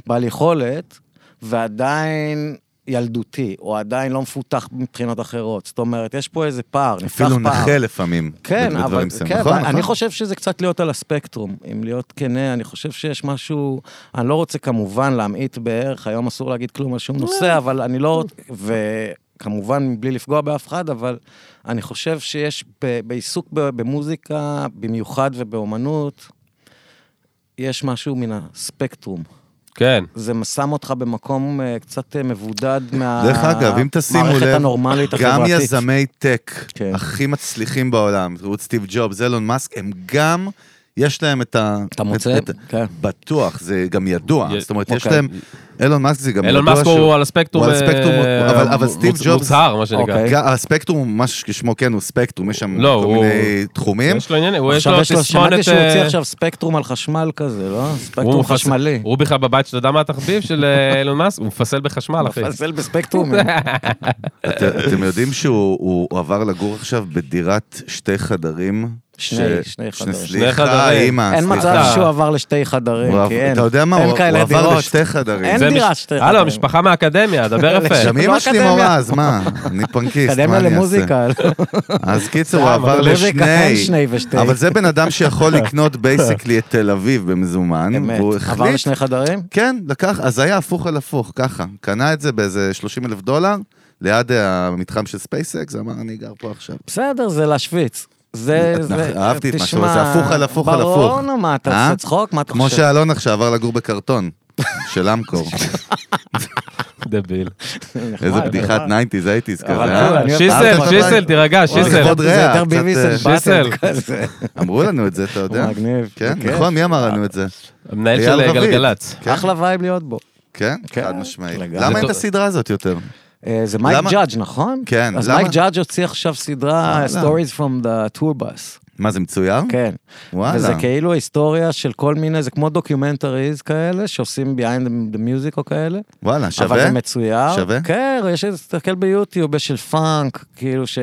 Speaker 2: בעל יכולת, ועדיין ילדותי, או עדיין לא מפותח מבחינות אחרות. זאת אומרת, יש פה איזה פער, נפתח פער.
Speaker 3: אפילו נכה לפעמים.
Speaker 2: כן, אבל,
Speaker 3: בדברים מסוימים.
Speaker 2: כן,
Speaker 3: נכון,
Speaker 2: אבל
Speaker 3: נכון.
Speaker 2: אני חושב שזה קצת להיות על הספקטרום. אם להיות כנה, אני חושב שיש משהו, אני לא רוצה כמובן להמעיט בערך, היום אסור להגיד כלום על שום
Speaker 3: אה.
Speaker 2: נושא, אבל אני לא... וכמובן, מבלי לפגוע באף אחד, אבל אני חושב שיש ב- בעיסוק ב- במוזיקה, במיוחד ובאומנות, יש משהו מן הספקטרום.
Speaker 1: כן.
Speaker 2: זה שם אותך במקום אה, קצת אה, מבודד מה...
Speaker 3: דרך אגב, אם תשימו לב,
Speaker 2: מערכת הנורמלית
Speaker 3: גם
Speaker 2: החברתית.
Speaker 3: יזמי טק
Speaker 2: כן.
Speaker 3: הכי מצליחים בעולם, תראו את סטיב ג'ובס, אילון מאסק, הם גם, יש להם את ה...
Speaker 2: אתה מוצא?
Speaker 3: את- את-
Speaker 2: כן.
Speaker 3: בטוח, זה גם ידוע.
Speaker 1: י-
Speaker 3: זאת אומרת, יש
Speaker 2: אוקיי.
Speaker 3: להם... אילון מאסק זה גם ידוע
Speaker 1: אילון מאסק
Speaker 3: שהוא-
Speaker 1: הוא על הספקטרום,
Speaker 3: הוא על הספקטרום,
Speaker 1: אה,
Speaker 3: אבל- אבל סטיב
Speaker 1: מוצ-
Speaker 3: ג'ובס-
Speaker 1: מוצהר, מה שנקרא.
Speaker 2: אוקיי.
Speaker 3: גם- הספקטרום הוא משהו ששמו כן הוא ספקטרום, יש שם
Speaker 1: לא,
Speaker 3: כל
Speaker 1: הוא-
Speaker 3: מיני תחומים.
Speaker 1: כן. יש לו עניין, הוא יש
Speaker 2: עכשיו
Speaker 1: לו
Speaker 2: יש לו, שמעתי
Speaker 1: תסמונת...
Speaker 2: שהוא הוציא
Speaker 1: אה,
Speaker 2: עכשיו ספקטרום על חשמל כזה, לא?
Speaker 1: הוא
Speaker 2: ספקטרום
Speaker 1: מפס-
Speaker 2: חשמלי.
Speaker 1: הוא בכלל בבית, שאתה יודע מה התחביב של
Speaker 2: <laughs>
Speaker 1: אה, אילון מאסק? הוא מפסל בחשמל, אחי.
Speaker 2: מפזל בספקטרום.
Speaker 3: אה, את- אתם יודעים שהוא הוא- הוא עבר לגור עכשיו בדירת שתי חדרים?
Speaker 2: שני-
Speaker 3: ש-
Speaker 2: שני חדרים.
Speaker 1: שני
Speaker 3: סליחה,
Speaker 1: חדרים.
Speaker 3: אימא,
Speaker 2: אין
Speaker 3: סליחה.
Speaker 2: מצב שהוא עבר לשתי חדרים,
Speaker 3: הוא עבר-
Speaker 2: כי אין.
Speaker 3: אתה יודע מה,
Speaker 2: אין
Speaker 3: הוא הוא
Speaker 2: כאלה
Speaker 3: עבר
Speaker 2: דירות.
Speaker 3: לשתי חדרים.
Speaker 2: אין
Speaker 1: זה
Speaker 2: דירה
Speaker 1: מש-
Speaker 2: שתי
Speaker 1: הלו,
Speaker 2: חברים.
Speaker 1: משפחה מהאקדמיה, דבר
Speaker 2: <laughs>
Speaker 1: יפה.
Speaker 3: גם אימא שלי
Speaker 2: לא
Speaker 3: מורה,
Speaker 2: אקדמיה.
Speaker 3: אז מה? אני פנקיסט, מה
Speaker 2: אקדמיה
Speaker 3: אני אעשה?
Speaker 2: למוזיקה. לא?
Speaker 3: אז קיצור, הוא
Speaker 2: סתם,
Speaker 3: עבר
Speaker 2: אבל מוזיקה אין
Speaker 3: לשני.
Speaker 2: שני ושתי.
Speaker 3: אבל זה בן אדם
Speaker 2: <laughs>
Speaker 3: שיכול לקנות בייסיקלי את תל אביב במזומן,
Speaker 2: אמת.
Speaker 3: והוא
Speaker 2: עבר
Speaker 3: החליט...
Speaker 2: לשני חדרים?
Speaker 3: כן, לקח, אז היה הפוך על הפוך, ככה. קנה את זה באיזה 30 אלף דולר, ליד המתחם של ספייסקס, אמר, אני גר פה עכשיו.
Speaker 2: בסדר, זה להשוויץ. זה,
Speaker 3: את
Speaker 2: זה,
Speaker 3: נכ- אה, נכון, אהבתי את מה
Speaker 2: תשמע,
Speaker 3: שאתה אומר, זה הפוך על הפוך על הפוך.
Speaker 2: ברור, נו, מה, אתה
Speaker 3: אה?
Speaker 2: עושה צחוק? מה אתה
Speaker 3: כמו
Speaker 2: חושב? <laughs>
Speaker 3: שאלון עכשיו עבר לגור בקרטון, של אמקור.
Speaker 1: דביל.
Speaker 3: איזה בדיחת 90's, 80's כזה,
Speaker 2: אבל
Speaker 3: אה?
Speaker 2: לא, אני-
Speaker 1: שיסל,
Speaker 3: פעם
Speaker 1: שיסל,
Speaker 3: אחת-
Speaker 1: תירגע,
Speaker 3: זה
Speaker 1: שיסל.
Speaker 3: כבוד
Speaker 2: זה
Speaker 3: ריח,
Speaker 2: יותר
Speaker 3: קצת,
Speaker 2: ביביס
Speaker 3: אה,
Speaker 1: שיסל.
Speaker 2: אנד כזה.
Speaker 3: אמרו לנו את זה, אתה יודע?
Speaker 2: הוא מגניב.
Speaker 3: כן,
Speaker 2: זה כיף.
Speaker 3: נכון, מי אמר לנו את זה?
Speaker 1: המנהל
Speaker 3: אייל
Speaker 1: של אה,
Speaker 3: רביד.
Speaker 1: גלגלצ.
Speaker 3: כן.
Speaker 2: אחלה וייב להיות בו.
Speaker 3: כן?
Speaker 2: כן,
Speaker 3: חד משמעית.
Speaker 2: לגמרי.
Speaker 3: למה
Speaker 1: זה
Speaker 3: אין את
Speaker 1: טוב.
Speaker 3: הסדרה הזאת יותר?
Speaker 2: אה, זה מייק
Speaker 3: למה-
Speaker 2: ג'אדג', נכון?
Speaker 3: כן,
Speaker 2: אז
Speaker 3: למה-
Speaker 2: מייק ג'אדג' הוציא עכשיו סדרה,
Speaker 3: אה,
Speaker 2: Stories from the Tour Bus.
Speaker 3: מה, זה מצויר?
Speaker 2: כן.
Speaker 3: וואלה.
Speaker 2: וזה כאילו היסטוריה של כל מיני, זה כמו דוקיומנטריז כאלה, שעושים behind the music או כאלה.
Speaker 3: וואלה,
Speaker 2: אבל
Speaker 3: שווה?
Speaker 2: זה מצויר.
Speaker 3: שווה?
Speaker 2: כן, יש להסתכל ביוטיוב, יש של פאנק, כאילו ש...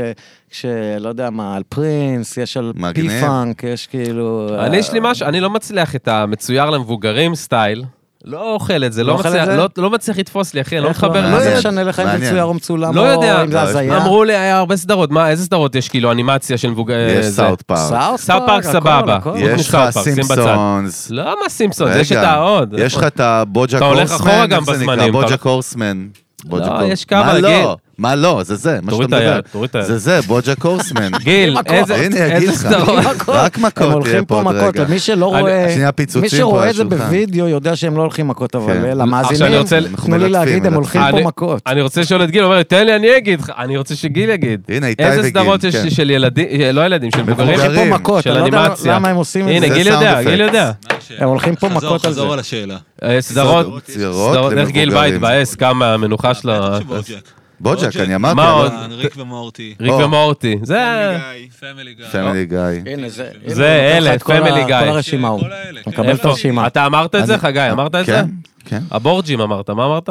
Speaker 2: ש... לא יודע מה, על פרינס, יש על
Speaker 3: מגניב.
Speaker 2: פי פאנק, יש כאילו...
Speaker 1: אני יש לי משהו, אני לא מצליח את המצויר למבוגרים סטייל. לא אוכל את זה, לא
Speaker 2: לא אוכל את
Speaker 1: מצליח-
Speaker 2: זה?
Speaker 1: לא- לא מצליח לתפוס לי, אחי, אני לא
Speaker 2: איך לא-
Speaker 1: מחבר
Speaker 2: לא
Speaker 1: לזה.
Speaker 3: מעניין.
Speaker 2: משנה לך אם
Speaker 3: מעניין.
Speaker 2: זה מצויר או מצולם,
Speaker 1: לא יודע.
Speaker 2: או אם
Speaker 3: לא,
Speaker 2: זה הזיה.
Speaker 1: אמרו לי, היה הרבה סדרות, מה, איזה סדרות יש כאילו אנימציה של מבוגר...
Speaker 3: יש
Speaker 1: אה, זה?
Speaker 3: סאוט פארק.
Speaker 2: סאוט
Speaker 1: סאוט פארק
Speaker 2: פארק,
Speaker 1: סבבה.
Speaker 2: הכל, הכל.
Speaker 1: חוץ
Speaker 3: יש לך
Speaker 1: מסאוט פארק, שים בצד.
Speaker 3: סימפסונס.
Speaker 1: לא, מה סימפסון,
Speaker 3: רגע,
Speaker 1: יש את העוד.
Speaker 3: יש לך את הבוג'ה
Speaker 1: אתה הולך
Speaker 3: קורסמן,
Speaker 1: אחורה גם
Speaker 3: איך זה נקרא?
Speaker 1: בזמנים, אתה
Speaker 3: בוג'ה
Speaker 1: הולך-
Speaker 3: קורסמן. בוג'ה
Speaker 1: לא,
Speaker 3: קור-
Speaker 1: יש כמה,
Speaker 3: מה
Speaker 1: גיל.
Speaker 3: לא? מה לא? זה זה, מה
Speaker 1: תוריד
Speaker 3: שאתה
Speaker 1: את היד,
Speaker 3: מדבר.
Speaker 1: תוריד את היד.
Speaker 3: זה זה, בוג'ה קורסמן.
Speaker 1: <laughs> גיל, איזה
Speaker 3: הנה, אגיד
Speaker 1: איזה
Speaker 3: לך.
Speaker 1: סדרות?
Speaker 3: לא, רק
Speaker 2: הם
Speaker 3: מכות תהיה
Speaker 2: הולכים
Speaker 3: פה
Speaker 2: פה
Speaker 3: עוד
Speaker 2: מכות,
Speaker 3: רגע.
Speaker 2: למי שלא
Speaker 1: אני-
Speaker 2: רואה,
Speaker 3: שנייה,
Speaker 2: מי
Speaker 3: פיצוצים פה על
Speaker 2: שרואה את זה
Speaker 3: השולחן.
Speaker 2: בווידאו יודע שהם לא הולכים מכות,
Speaker 3: כן.
Speaker 2: אבל
Speaker 1: עכשיו אני
Speaker 2: למאזינים,
Speaker 1: רוצה-
Speaker 2: תנו לי
Speaker 3: מלטפים,
Speaker 2: להגיד, הם
Speaker 3: מלטפים.
Speaker 2: הולכים
Speaker 1: אני-
Speaker 2: פה מכות.
Speaker 1: אני רוצה לשאול את גיל, הוא אומר, לי, תן לי, אני אגיד לך, אני רוצה שגיל יגיד.
Speaker 3: הנה, איתי
Speaker 1: איזה
Speaker 3: וגיל,
Speaker 1: סדרות יש
Speaker 3: כן.
Speaker 1: לי של ילדים, אה, לא ילדים, של
Speaker 2: הם
Speaker 1: מבוגרים?
Speaker 3: מבוגרים.
Speaker 2: הולכים פה מכות,
Speaker 1: של
Speaker 2: אני לא יודע
Speaker 1: אנימציה.
Speaker 2: למה הם עושים את
Speaker 1: הנה,
Speaker 2: זה.
Speaker 3: זה
Speaker 1: גיל
Speaker 3: sound
Speaker 1: יודע, גיל
Speaker 3: effects.
Speaker 1: יודע.
Speaker 4: מה השאלה?
Speaker 2: הם הולכים פה
Speaker 4: חזור,
Speaker 2: מכות על זה.
Speaker 4: חזור על השאלה.
Speaker 1: אה, סדרות,
Speaker 3: סדרות
Speaker 1: סדרות, איך גיל בא
Speaker 3: למבוגרים.
Speaker 1: התבאס, כמה המנוחה שלו.
Speaker 4: בטח שבוג'ק.
Speaker 3: בוג'ק, אני אמרתי.
Speaker 1: מה עוד?
Speaker 4: אה, ריק ומורטי.
Speaker 1: ריק
Speaker 3: או.
Speaker 1: ומורטי, זה...
Speaker 2: אה.
Speaker 5: גיא,
Speaker 4: פמילי גיא.
Speaker 3: פמילי גיא.
Speaker 2: הנה, זה
Speaker 1: זה אלה, Family
Speaker 2: כל
Speaker 1: Guy.
Speaker 2: הרשימה הוא.
Speaker 4: כל האלה,
Speaker 2: הוא
Speaker 4: כן.
Speaker 2: מקבל את
Speaker 1: איפה?
Speaker 2: הרשימה.
Speaker 1: אתה אמרת את זה,
Speaker 3: אני-
Speaker 1: חגי? אה, אמרת את זה?
Speaker 3: כן, כן.
Speaker 1: הבורג'ים אמרת, מה אמרת?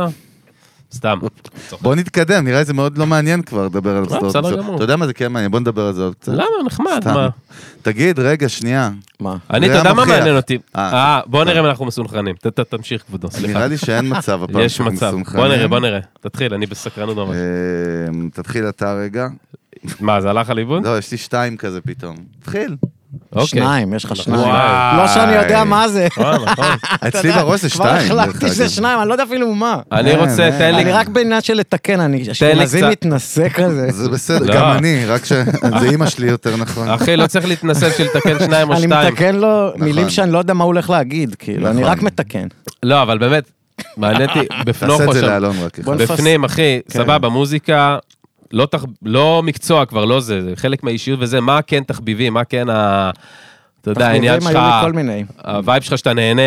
Speaker 1: סתם.
Speaker 3: בוא נתקדם, נראה לי זה מאוד לא מעניין כבר לדבר על סדרות.
Speaker 1: בסדר
Speaker 3: מסוימות.
Speaker 1: גמור.
Speaker 3: אתה יודע מה זה כן מעניין, בוא נדבר על זה עוד קצת.
Speaker 1: למה? נחמד,
Speaker 3: סתם.
Speaker 1: מה?
Speaker 3: תגיד, רגע, שנייה.
Speaker 2: מה?
Speaker 1: אני, אתה
Speaker 3: זה
Speaker 1: יודע מה
Speaker 3: המוכיח.
Speaker 1: מעניין אותי?
Speaker 3: אה.
Speaker 1: אה, בוא נראה אם אנחנו מסונכרנים. ת- ת- תמשיך, כבודו, סליחה.
Speaker 3: נראה לי שאין מצב הפעם.
Speaker 1: יש
Speaker 3: שאנחנו
Speaker 1: מצב.
Speaker 3: מסונכרנים.
Speaker 1: בוא נראה, בוא נראה. תתחיל, אני בסקרנות ממש.
Speaker 3: אמ, תתחיל אתה רגע.
Speaker 1: מה, זה הלך על עיבוד?
Speaker 3: לא, יש לי שתיים כזה פתאום. תתחיל.
Speaker 1: אוקיי.
Speaker 2: שניים, יש לך שניים.
Speaker 1: וואי.
Speaker 2: לא שאני יודע מה זה.
Speaker 1: אה, נכון.
Speaker 3: אצלי בראש זה
Speaker 2: כבר
Speaker 3: שתיים. דרך
Speaker 2: החלטתי
Speaker 3: אגב.
Speaker 2: שזה שניים, אני לא יודע אפילו מה.
Speaker 1: אני רוצה,
Speaker 3: אה,
Speaker 1: תן לי...
Speaker 2: אני רק בעניין של לתקן, אני אשכנזי
Speaker 1: קצת-
Speaker 2: מתנשא כזה.
Speaker 3: זה בסדר,
Speaker 1: לא.
Speaker 3: גם אני, רק ש... זה אימא שלי יותר נכון.
Speaker 1: אחי, לא צריך להתנסה בשביל לתקן שניים או
Speaker 2: אני
Speaker 1: שתיים.
Speaker 2: מתקן לו מילים
Speaker 3: נכון.
Speaker 2: שאני לא יודע מה הוא הולך להגיד, כאילו, אני
Speaker 3: נכון.
Speaker 2: רק מתקן.
Speaker 1: לא, אבל באמת, מעניין אותי,
Speaker 3: תעשה
Speaker 1: בפנוכו
Speaker 3: את זה
Speaker 1: שם.
Speaker 3: לאלון רק.
Speaker 2: בוא
Speaker 3: אחד.
Speaker 2: נפ- נפס-
Speaker 1: בפנים, אחי,
Speaker 2: כן.
Speaker 1: סבבה, מוזיקה, לא תח- לא מקצוע כבר, לא זה, זה חלק מהאישיות וזה, מה כן תחביבים, מה כן ה... אתה יודע, העניין
Speaker 2: תחביבים
Speaker 1: שלך,
Speaker 2: היו לי כל מיני.
Speaker 1: הווייב שלך שאתה נהנה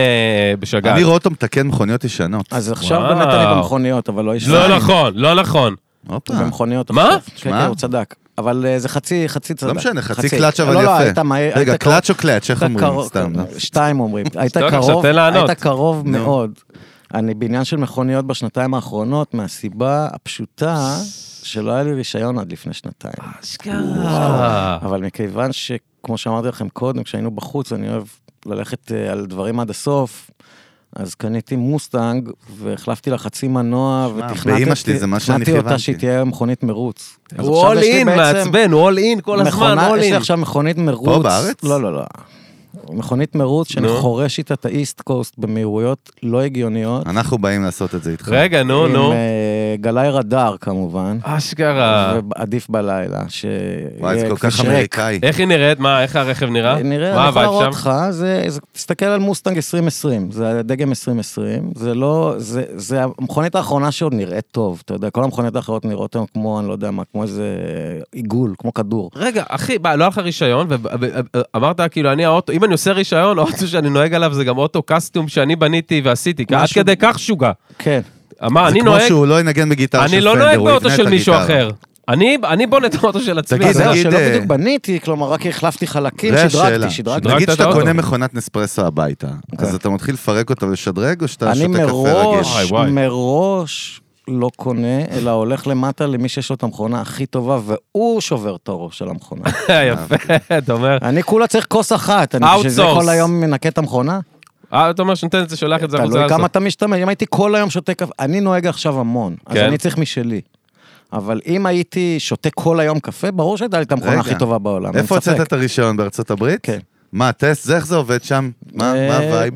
Speaker 1: בשגעת.
Speaker 3: אני רואה אותו מתקן מכוניות ישנות.
Speaker 2: אז עכשיו
Speaker 1: וואו.
Speaker 2: באמת אני במכוניות, אבל לא יש...
Speaker 1: לא נכון, לא נכון.
Speaker 3: הופה.
Speaker 2: במכוניות.
Speaker 1: מה?
Speaker 2: עכשיו. כן,
Speaker 3: שמע.
Speaker 2: כן, הוא צדק. אבל אה, זה חצי, חצי צדק.
Speaker 3: לא משנה, חצי קלאץ' אבל
Speaker 2: לא, לא, היית
Speaker 3: יפה.
Speaker 2: מהיר.
Speaker 3: רגע,
Speaker 2: היית קרוב-
Speaker 3: קלאץ' או קלאץ', איך
Speaker 2: היית
Speaker 3: אומרים
Speaker 2: קרוב- כן,
Speaker 3: סתם? לא?
Speaker 2: שתיים אומרים. היית
Speaker 1: שתוק, עכשיו
Speaker 2: קרוב,
Speaker 1: תן לענות.
Speaker 2: היית קרוב
Speaker 3: נו.
Speaker 2: מאוד. אני בעניין של מכוניות בשנתיים האחרונות, מהסיבה הפשוטה שלא היה לי רישיון עד לפני שנתיים.
Speaker 1: כאילו,
Speaker 3: אה.
Speaker 1: אשכרה.
Speaker 2: אבל מכיוון שכמו שאמרתי לכם קודם, כשהיינו בחוץ, אני אוהב ללכת אה, על דברים עד הסוף, אז קניתי מוסטנג, והחלפתי לה חצי מנוע,
Speaker 3: שמע,
Speaker 2: ותכנתי
Speaker 3: באמא שלי זה מה שאני
Speaker 2: תכננתי אותה
Speaker 3: כיוונתי.
Speaker 2: שהיא תהיה מכונית מרוץ. אז
Speaker 1: הוא
Speaker 2: עכשיו
Speaker 1: אול
Speaker 2: יש לי
Speaker 1: אין,
Speaker 2: בעצם
Speaker 1: מעצבן, הוא אול אין כל הזמן,
Speaker 2: מכונה-
Speaker 1: אול
Speaker 2: יש לי
Speaker 1: אין.
Speaker 2: עכשיו מכונית מרוץ.
Speaker 3: בארץ?
Speaker 2: לא, לא, לא. מכונית מרוץ שאני
Speaker 1: נו.
Speaker 2: חורש איתה את האיסט קוסט במהירויות לא הגיוניות.
Speaker 3: אנחנו באים לעשות את זה איתך.
Speaker 1: רגע, נו,
Speaker 2: עם
Speaker 1: נו.
Speaker 2: אה, גלאי רדאר כמובן,
Speaker 1: אשכרה.
Speaker 2: ועדיף בלילה,
Speaker 3: אה. וואי, זה
Speaker 2: שיהיה
Speaker 3: כל
Speaker 2: כביש
Speaker 3: כך
Speaker 2: ריק.
Speaker 3: אמריקאי.
Speaker 1: איך היא נראית? מה, איך הרכב נראה?
Speaker 2: אה? נראה,
Speaker 1: אה? מה
Speaker 2: אני יכול
Speaker 1: הווייב
Speaker 2: להראות
Speaker 1: שם?
Speaker 2: לך, זה, זה, תסתכל על מוסטנג 2020, זה הדגם 2020, זה לא, זה, זה המכונית האחרונה שעוד נראית טוב, אתה יודע, כל המכוניות האחרות נראות היום כמו, אני לא יודע מה, כמו איזה עיגול, כמו כדור.
Speaker 1: רגע, אחי, מה, לא היה לך רישיון, ואמרת, כאילו, אני האוטו, אם אני עושה רישיון, האוטו שאני נוהג עליו זה גם אוטו קסטום שאני בניתי ועשיתי, עד
Speaker 2: משהו-
Speaker 1: כדי כך שוגע.
Speaker 2: כן,
Speaker 1: מה,
Speaker 3: זה
Speaker 1: אני
Speaker 3: כמו
Speaker 1: נוהג,
Speaker 3: שהוא לא ינגן בגיטרה של
Speaker 1: אני
Speaker 3: פנדר,
Speaker 1: לא נוהג
Speaker 3: הוא יבנה
Speaker 1: באוטו
Speaker 3: את
Speaker 1: של מישהו
Speaker 3: הגיטרה.
Speaker 1: אחר. אני אני בונה את האוטו של עצמי.
Speaker 3: תגיד,
Speaker 1: זה
Speaker 2: זה לא,
Speaker 1: מה-
Speaker 3: תגיד,
Speaker 2: שלא
Speaker 3: אה,
Speaker 2: בדיוק בניתי, כלומר, רק החלפתי חלקים,
Speaker 3: זה השאלה.
Speaker 2: שדרגתי, שדרגתי.
Speaker 1: שדרגת
Speaker 3: נגיד
Speaker 1: את
Speaker 3: שאתה
Speaker 1: האוטו. כן.
Speaker 3: קונה מכונת נספרסו הביתה, אז אתה מתחיל לפרק אותה ולשדרג, או שאתה
Speaker 2: אני
Speaker 3: שותה קפה רגיל?
Speaker 1: וואי,
Speaker 2: מראש,
Speaker 1: וואי.
Speaker 2: מראש לא קונה, אלא הולך למטה למי שיש לו את המכונה הכי טובה, והוא שובר את הראש
Speaker 1: <laughs>
Speaker 2: של המכונה.
Speaker 1: יפה, אתה אומר,
Speaker 2: אני כולה צריך כוס אחת, אני בשביל זה
Speaker 1: Outsource.
Speaker 2: כל היום מנקה את המכונה.
Speaker 1: אה, אתה אומר שנותן את זה, שולח את זה החוצה.
Speaker 2: תלוי כמה
Speaker 1: לעשות.
Speaker 2: אתה משתמש, אם הייתי כל היום שותה קפה, אני נוהג עכשיו המון, אז
Speaker 1: כן.
Speaker 2: אני צריך משלי. אבל אם הייתי שותה כל היום קפה, ברור שהייתה לי את המכונה
Speaker 3: רגע,
Speaker 2: הכי טובה בעולם. אין
Speaker 3: איפה
Speaker 2: ספק.
Speaker 3: הוצאת את הרישיון, בארצות הברית?
Speaker 2: כן.
Speaker 3: מה, טסט? זה איך זה עובד שם? מה
Speaker 2: אה,
Speaker 3: מה הווייב?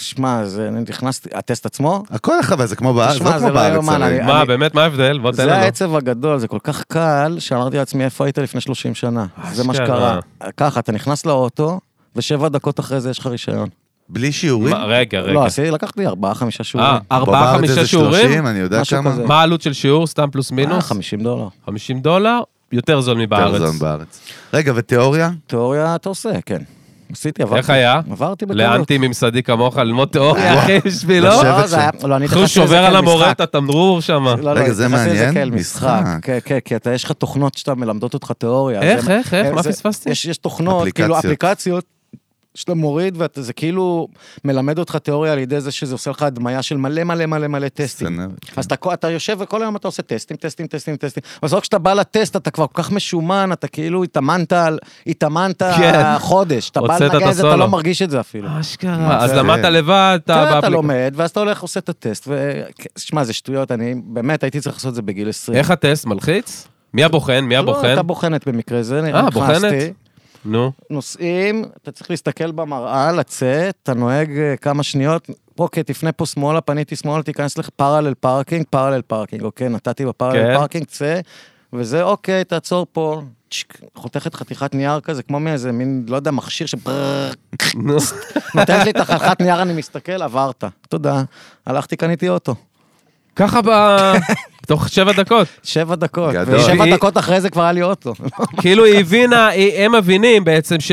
Speaker 2: שמע, זה, אני נכנסתי, הטסט עצמו?
Speaker 3: הכל החוויה, זה כמו בארץ,
Speaker 2: תשמע,
Speaker 3: לא כמו
Speaker 2: זה לא
Speaker 3: בארץ.
Speaker 2: יאומן,
Speaker 3: הרי.
Speaker 2: אני-
Speaker 1: מה, באמת, מה ההבדל? בוא תן
Speaker 2: זה
Speaker 1: לנו.
Speaker 2: העצב הגדול, זה כל כך קל, שאמרתי לעצמי, איפה היית לפני 30 שנה? זה מה
Speaker 1: אשכרה.
Speaker 2: שקרה. ככה, אתה נכנס לאוטו, ושבע דקות אחרי זה יש לך רישיון.
Speaker 3: בלי שיעורים?
Speaker 1: מה, רגע, רגע.
Speaker 2: לא, עשיתי, לקחתי ארבעה, חמישה
Speaker 1: אה,
Speaker 2: שיעורים.
Speaker 1: ארבעה,
Speaker 3: בארץ
Speaker 1: חמישה
Speaker 3: איזה
Speaker 1: שיעורים?
Speaker 3: 30, אני יודע
Speaker 2: משהו
Speaker 3: כמה.
Speaker 2: כזה.
Speaker 1: מה העלות של שיעור? סתם פלוס
Speaker 2: אה,
Speaker 1: מינוס?
Speaker 2: 50 דולר.
Speaker 1: 50 דולר? יותר זול
Speaker 3: יותר
Speaker 1: מבארץ.
Speaker 3: זול בארץ. רגע, ותיאוריה?
Speaker 2: תיאוריה אתה עושה, כן. עשיתי, עברתי.
Speaker 1: איך היה?
Speaker 2: עברתי בטעות.
Speaker 1: לאנטי ממסדי כמוך, ללמוד תיאוריה, אחי, בשבילו.
Speaker 3: לשבת
Speaker 2: לא, זה היה- לא, אני
Speaker 1: אחי,
Speaker 2: התייחסתי
Speaker 1: שובר
Speaker 2: לזה
Speaker 1: על
Speaker 2: כאל
Speaker 1: המורה
Speaker 2: משחק.
Speaker 1: את התמרור שם.
Speaker 2: לא, לא,
Speaker 3: רגע, זה
Speaker 2: התייחסתי לזה
Speaker 3: מעניין?
Speaker 2: כאל משחק.
Speaker 3: משחק.
Speaker 2: כן, כן, כי אתה- יש לך תוכנות שאתה מלמדות אותך תיאוריה.
Speaker 1: איך,
Speaker 2: זה-
Speaker 1: איך, איך?
Speaker 2: אה,
Speaker 1: מה
Speaker 2: זה-
Speaker 1: פספסתי?
Speaker 2: יש יש תוכנות, כאילו
Speaker 3: אפליקציות.
Speaker 2: אפליקציות. שאתה מוריד ואתה זה כאילו מלמד אותך תיאוריה על ידי זה שזה עושה לך הדמיה של מלא מלא מלא מלא טסטים.
Speaker 3: סצנה, כן.
Speaker 2: אז אתה, כל- אתה יושב וכל היום אתה עושה טסטים, טסטים, טסטים, טסטים. בסוף כשאתה בא לטסט אתה כבר כל כך משומן, אתה כאילו התאמנת על, התאמנת
Speaker 1: כן.
Speaker 2: חודש. אתה בא
Speaker 1: הוצאת את
Speaker 2: לנגן את זה, אתה
Speaker 1: הסולו.
Speaker 2: לא מרגיש את זה אפילו.
Speaker 1: אשכרה. אז
Speaker 3: זה?
Speaker 1: למדת לבד, אתה
Speaker 2: כן, אתה
Speaker 1: באפליקציה.
Speaker 2: לומד, ואז אתה הולך, עושה את הטסט, ו... שמע, זה שטויות, אני באמת הייתי צריך לעשות את זה בגיל 20.
Speaker 1: איך הטסט? מלחיץ? מי הבוחן? מי
Speaker 2: לא,
Speaker 1: הבוחן?
Speaker 2: הייתה בוחנת במקרה זה,
Speaker 1: אה, בוחנת?
Speaker 2: נכנסתי.
Speaker 1: נו.
Speaker 2: נוסעים, אתה צריך להסתכל במראה, לצאת, אתה נוהג אה, כמה שניות, אוקיי, תפנה פה שמאלה, פניתי שמאלה, תיכנס לך פרלל פארקינג, פרלל פארקינג, אוקיי, נתתי בפרלל
Speaker 1: כן.
Speaker 2: פארקינג, צא, וזה אוקיי, תעצור פה, צ'יק, חותכת חתיכת נייר כזה, כמו מאיזה מין, לא יודע, מכשיר
Speaker 1: <laughs>
Speaker 2: שפרררר,
Speaker 1: נו. <laughs>
Speaker 2: נותנת לי את החתיכת נייר, אני מסתכל, עברת, תודה, הלכתי, קניתי אוטו.
Speaker 1: ככה ב...
Speaker 2: <laughs>
Speaker 1: תוך שבע דקות.
Speaker 2: שבע דקות,
Speaker 3: גדול.
Speaker 1: היא-
Speaker 2: ושבע דקות אחרי זה כבר היה לי אוטו.
Speaker 1: כאילו היא הבינה, היא- הם מבינים בעצם ש-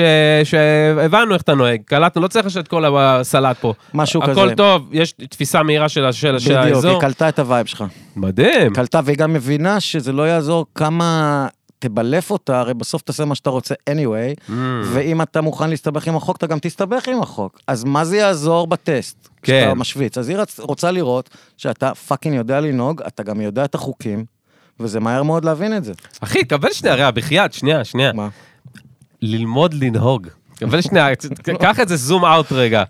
Speaker 1: שהבנו איך אתה נוהג, קלטנו, לא צריך לשאת כל הסלט פה.
Speaker 2: משהו כזה.
Speaker 1: הכל טוב, יש תפיסה מהירה של ה- של ה- של
Speaker 2: בדיוק, היא
Speaker 1: האזור.
Speaker 2: קלטה את הווייב שלך.
Speaker 1: מדהים.
Speaker 2: קלטה, והיא גם מבינה שזה לא יעזור כמה תבלף אותה, הרי בסוף תעשה מה שאתה רוצה anyway, ואם אתה מוכן להסתבך עם החוק, אתה גם תסתבך עם החוק. אז מה זה יעזור בטסט?
Speaker 1: כן.
Speaker 2: כשאתה משוויץ. אז היא רצ- רוצה לראות שאתה פאקינג יודע לנהוג, אתה גם יודע את החוקים, וזה מהר מאוד להבין את זה.
Speaker 1: אחי, קבל שנייה, רע, בחייאת, שנייה, שנייה.
Speaker 2: מה?
Speaker 1: ללמוד לנהוג. קבל שנייה, קח את זה זום אאוט רגע.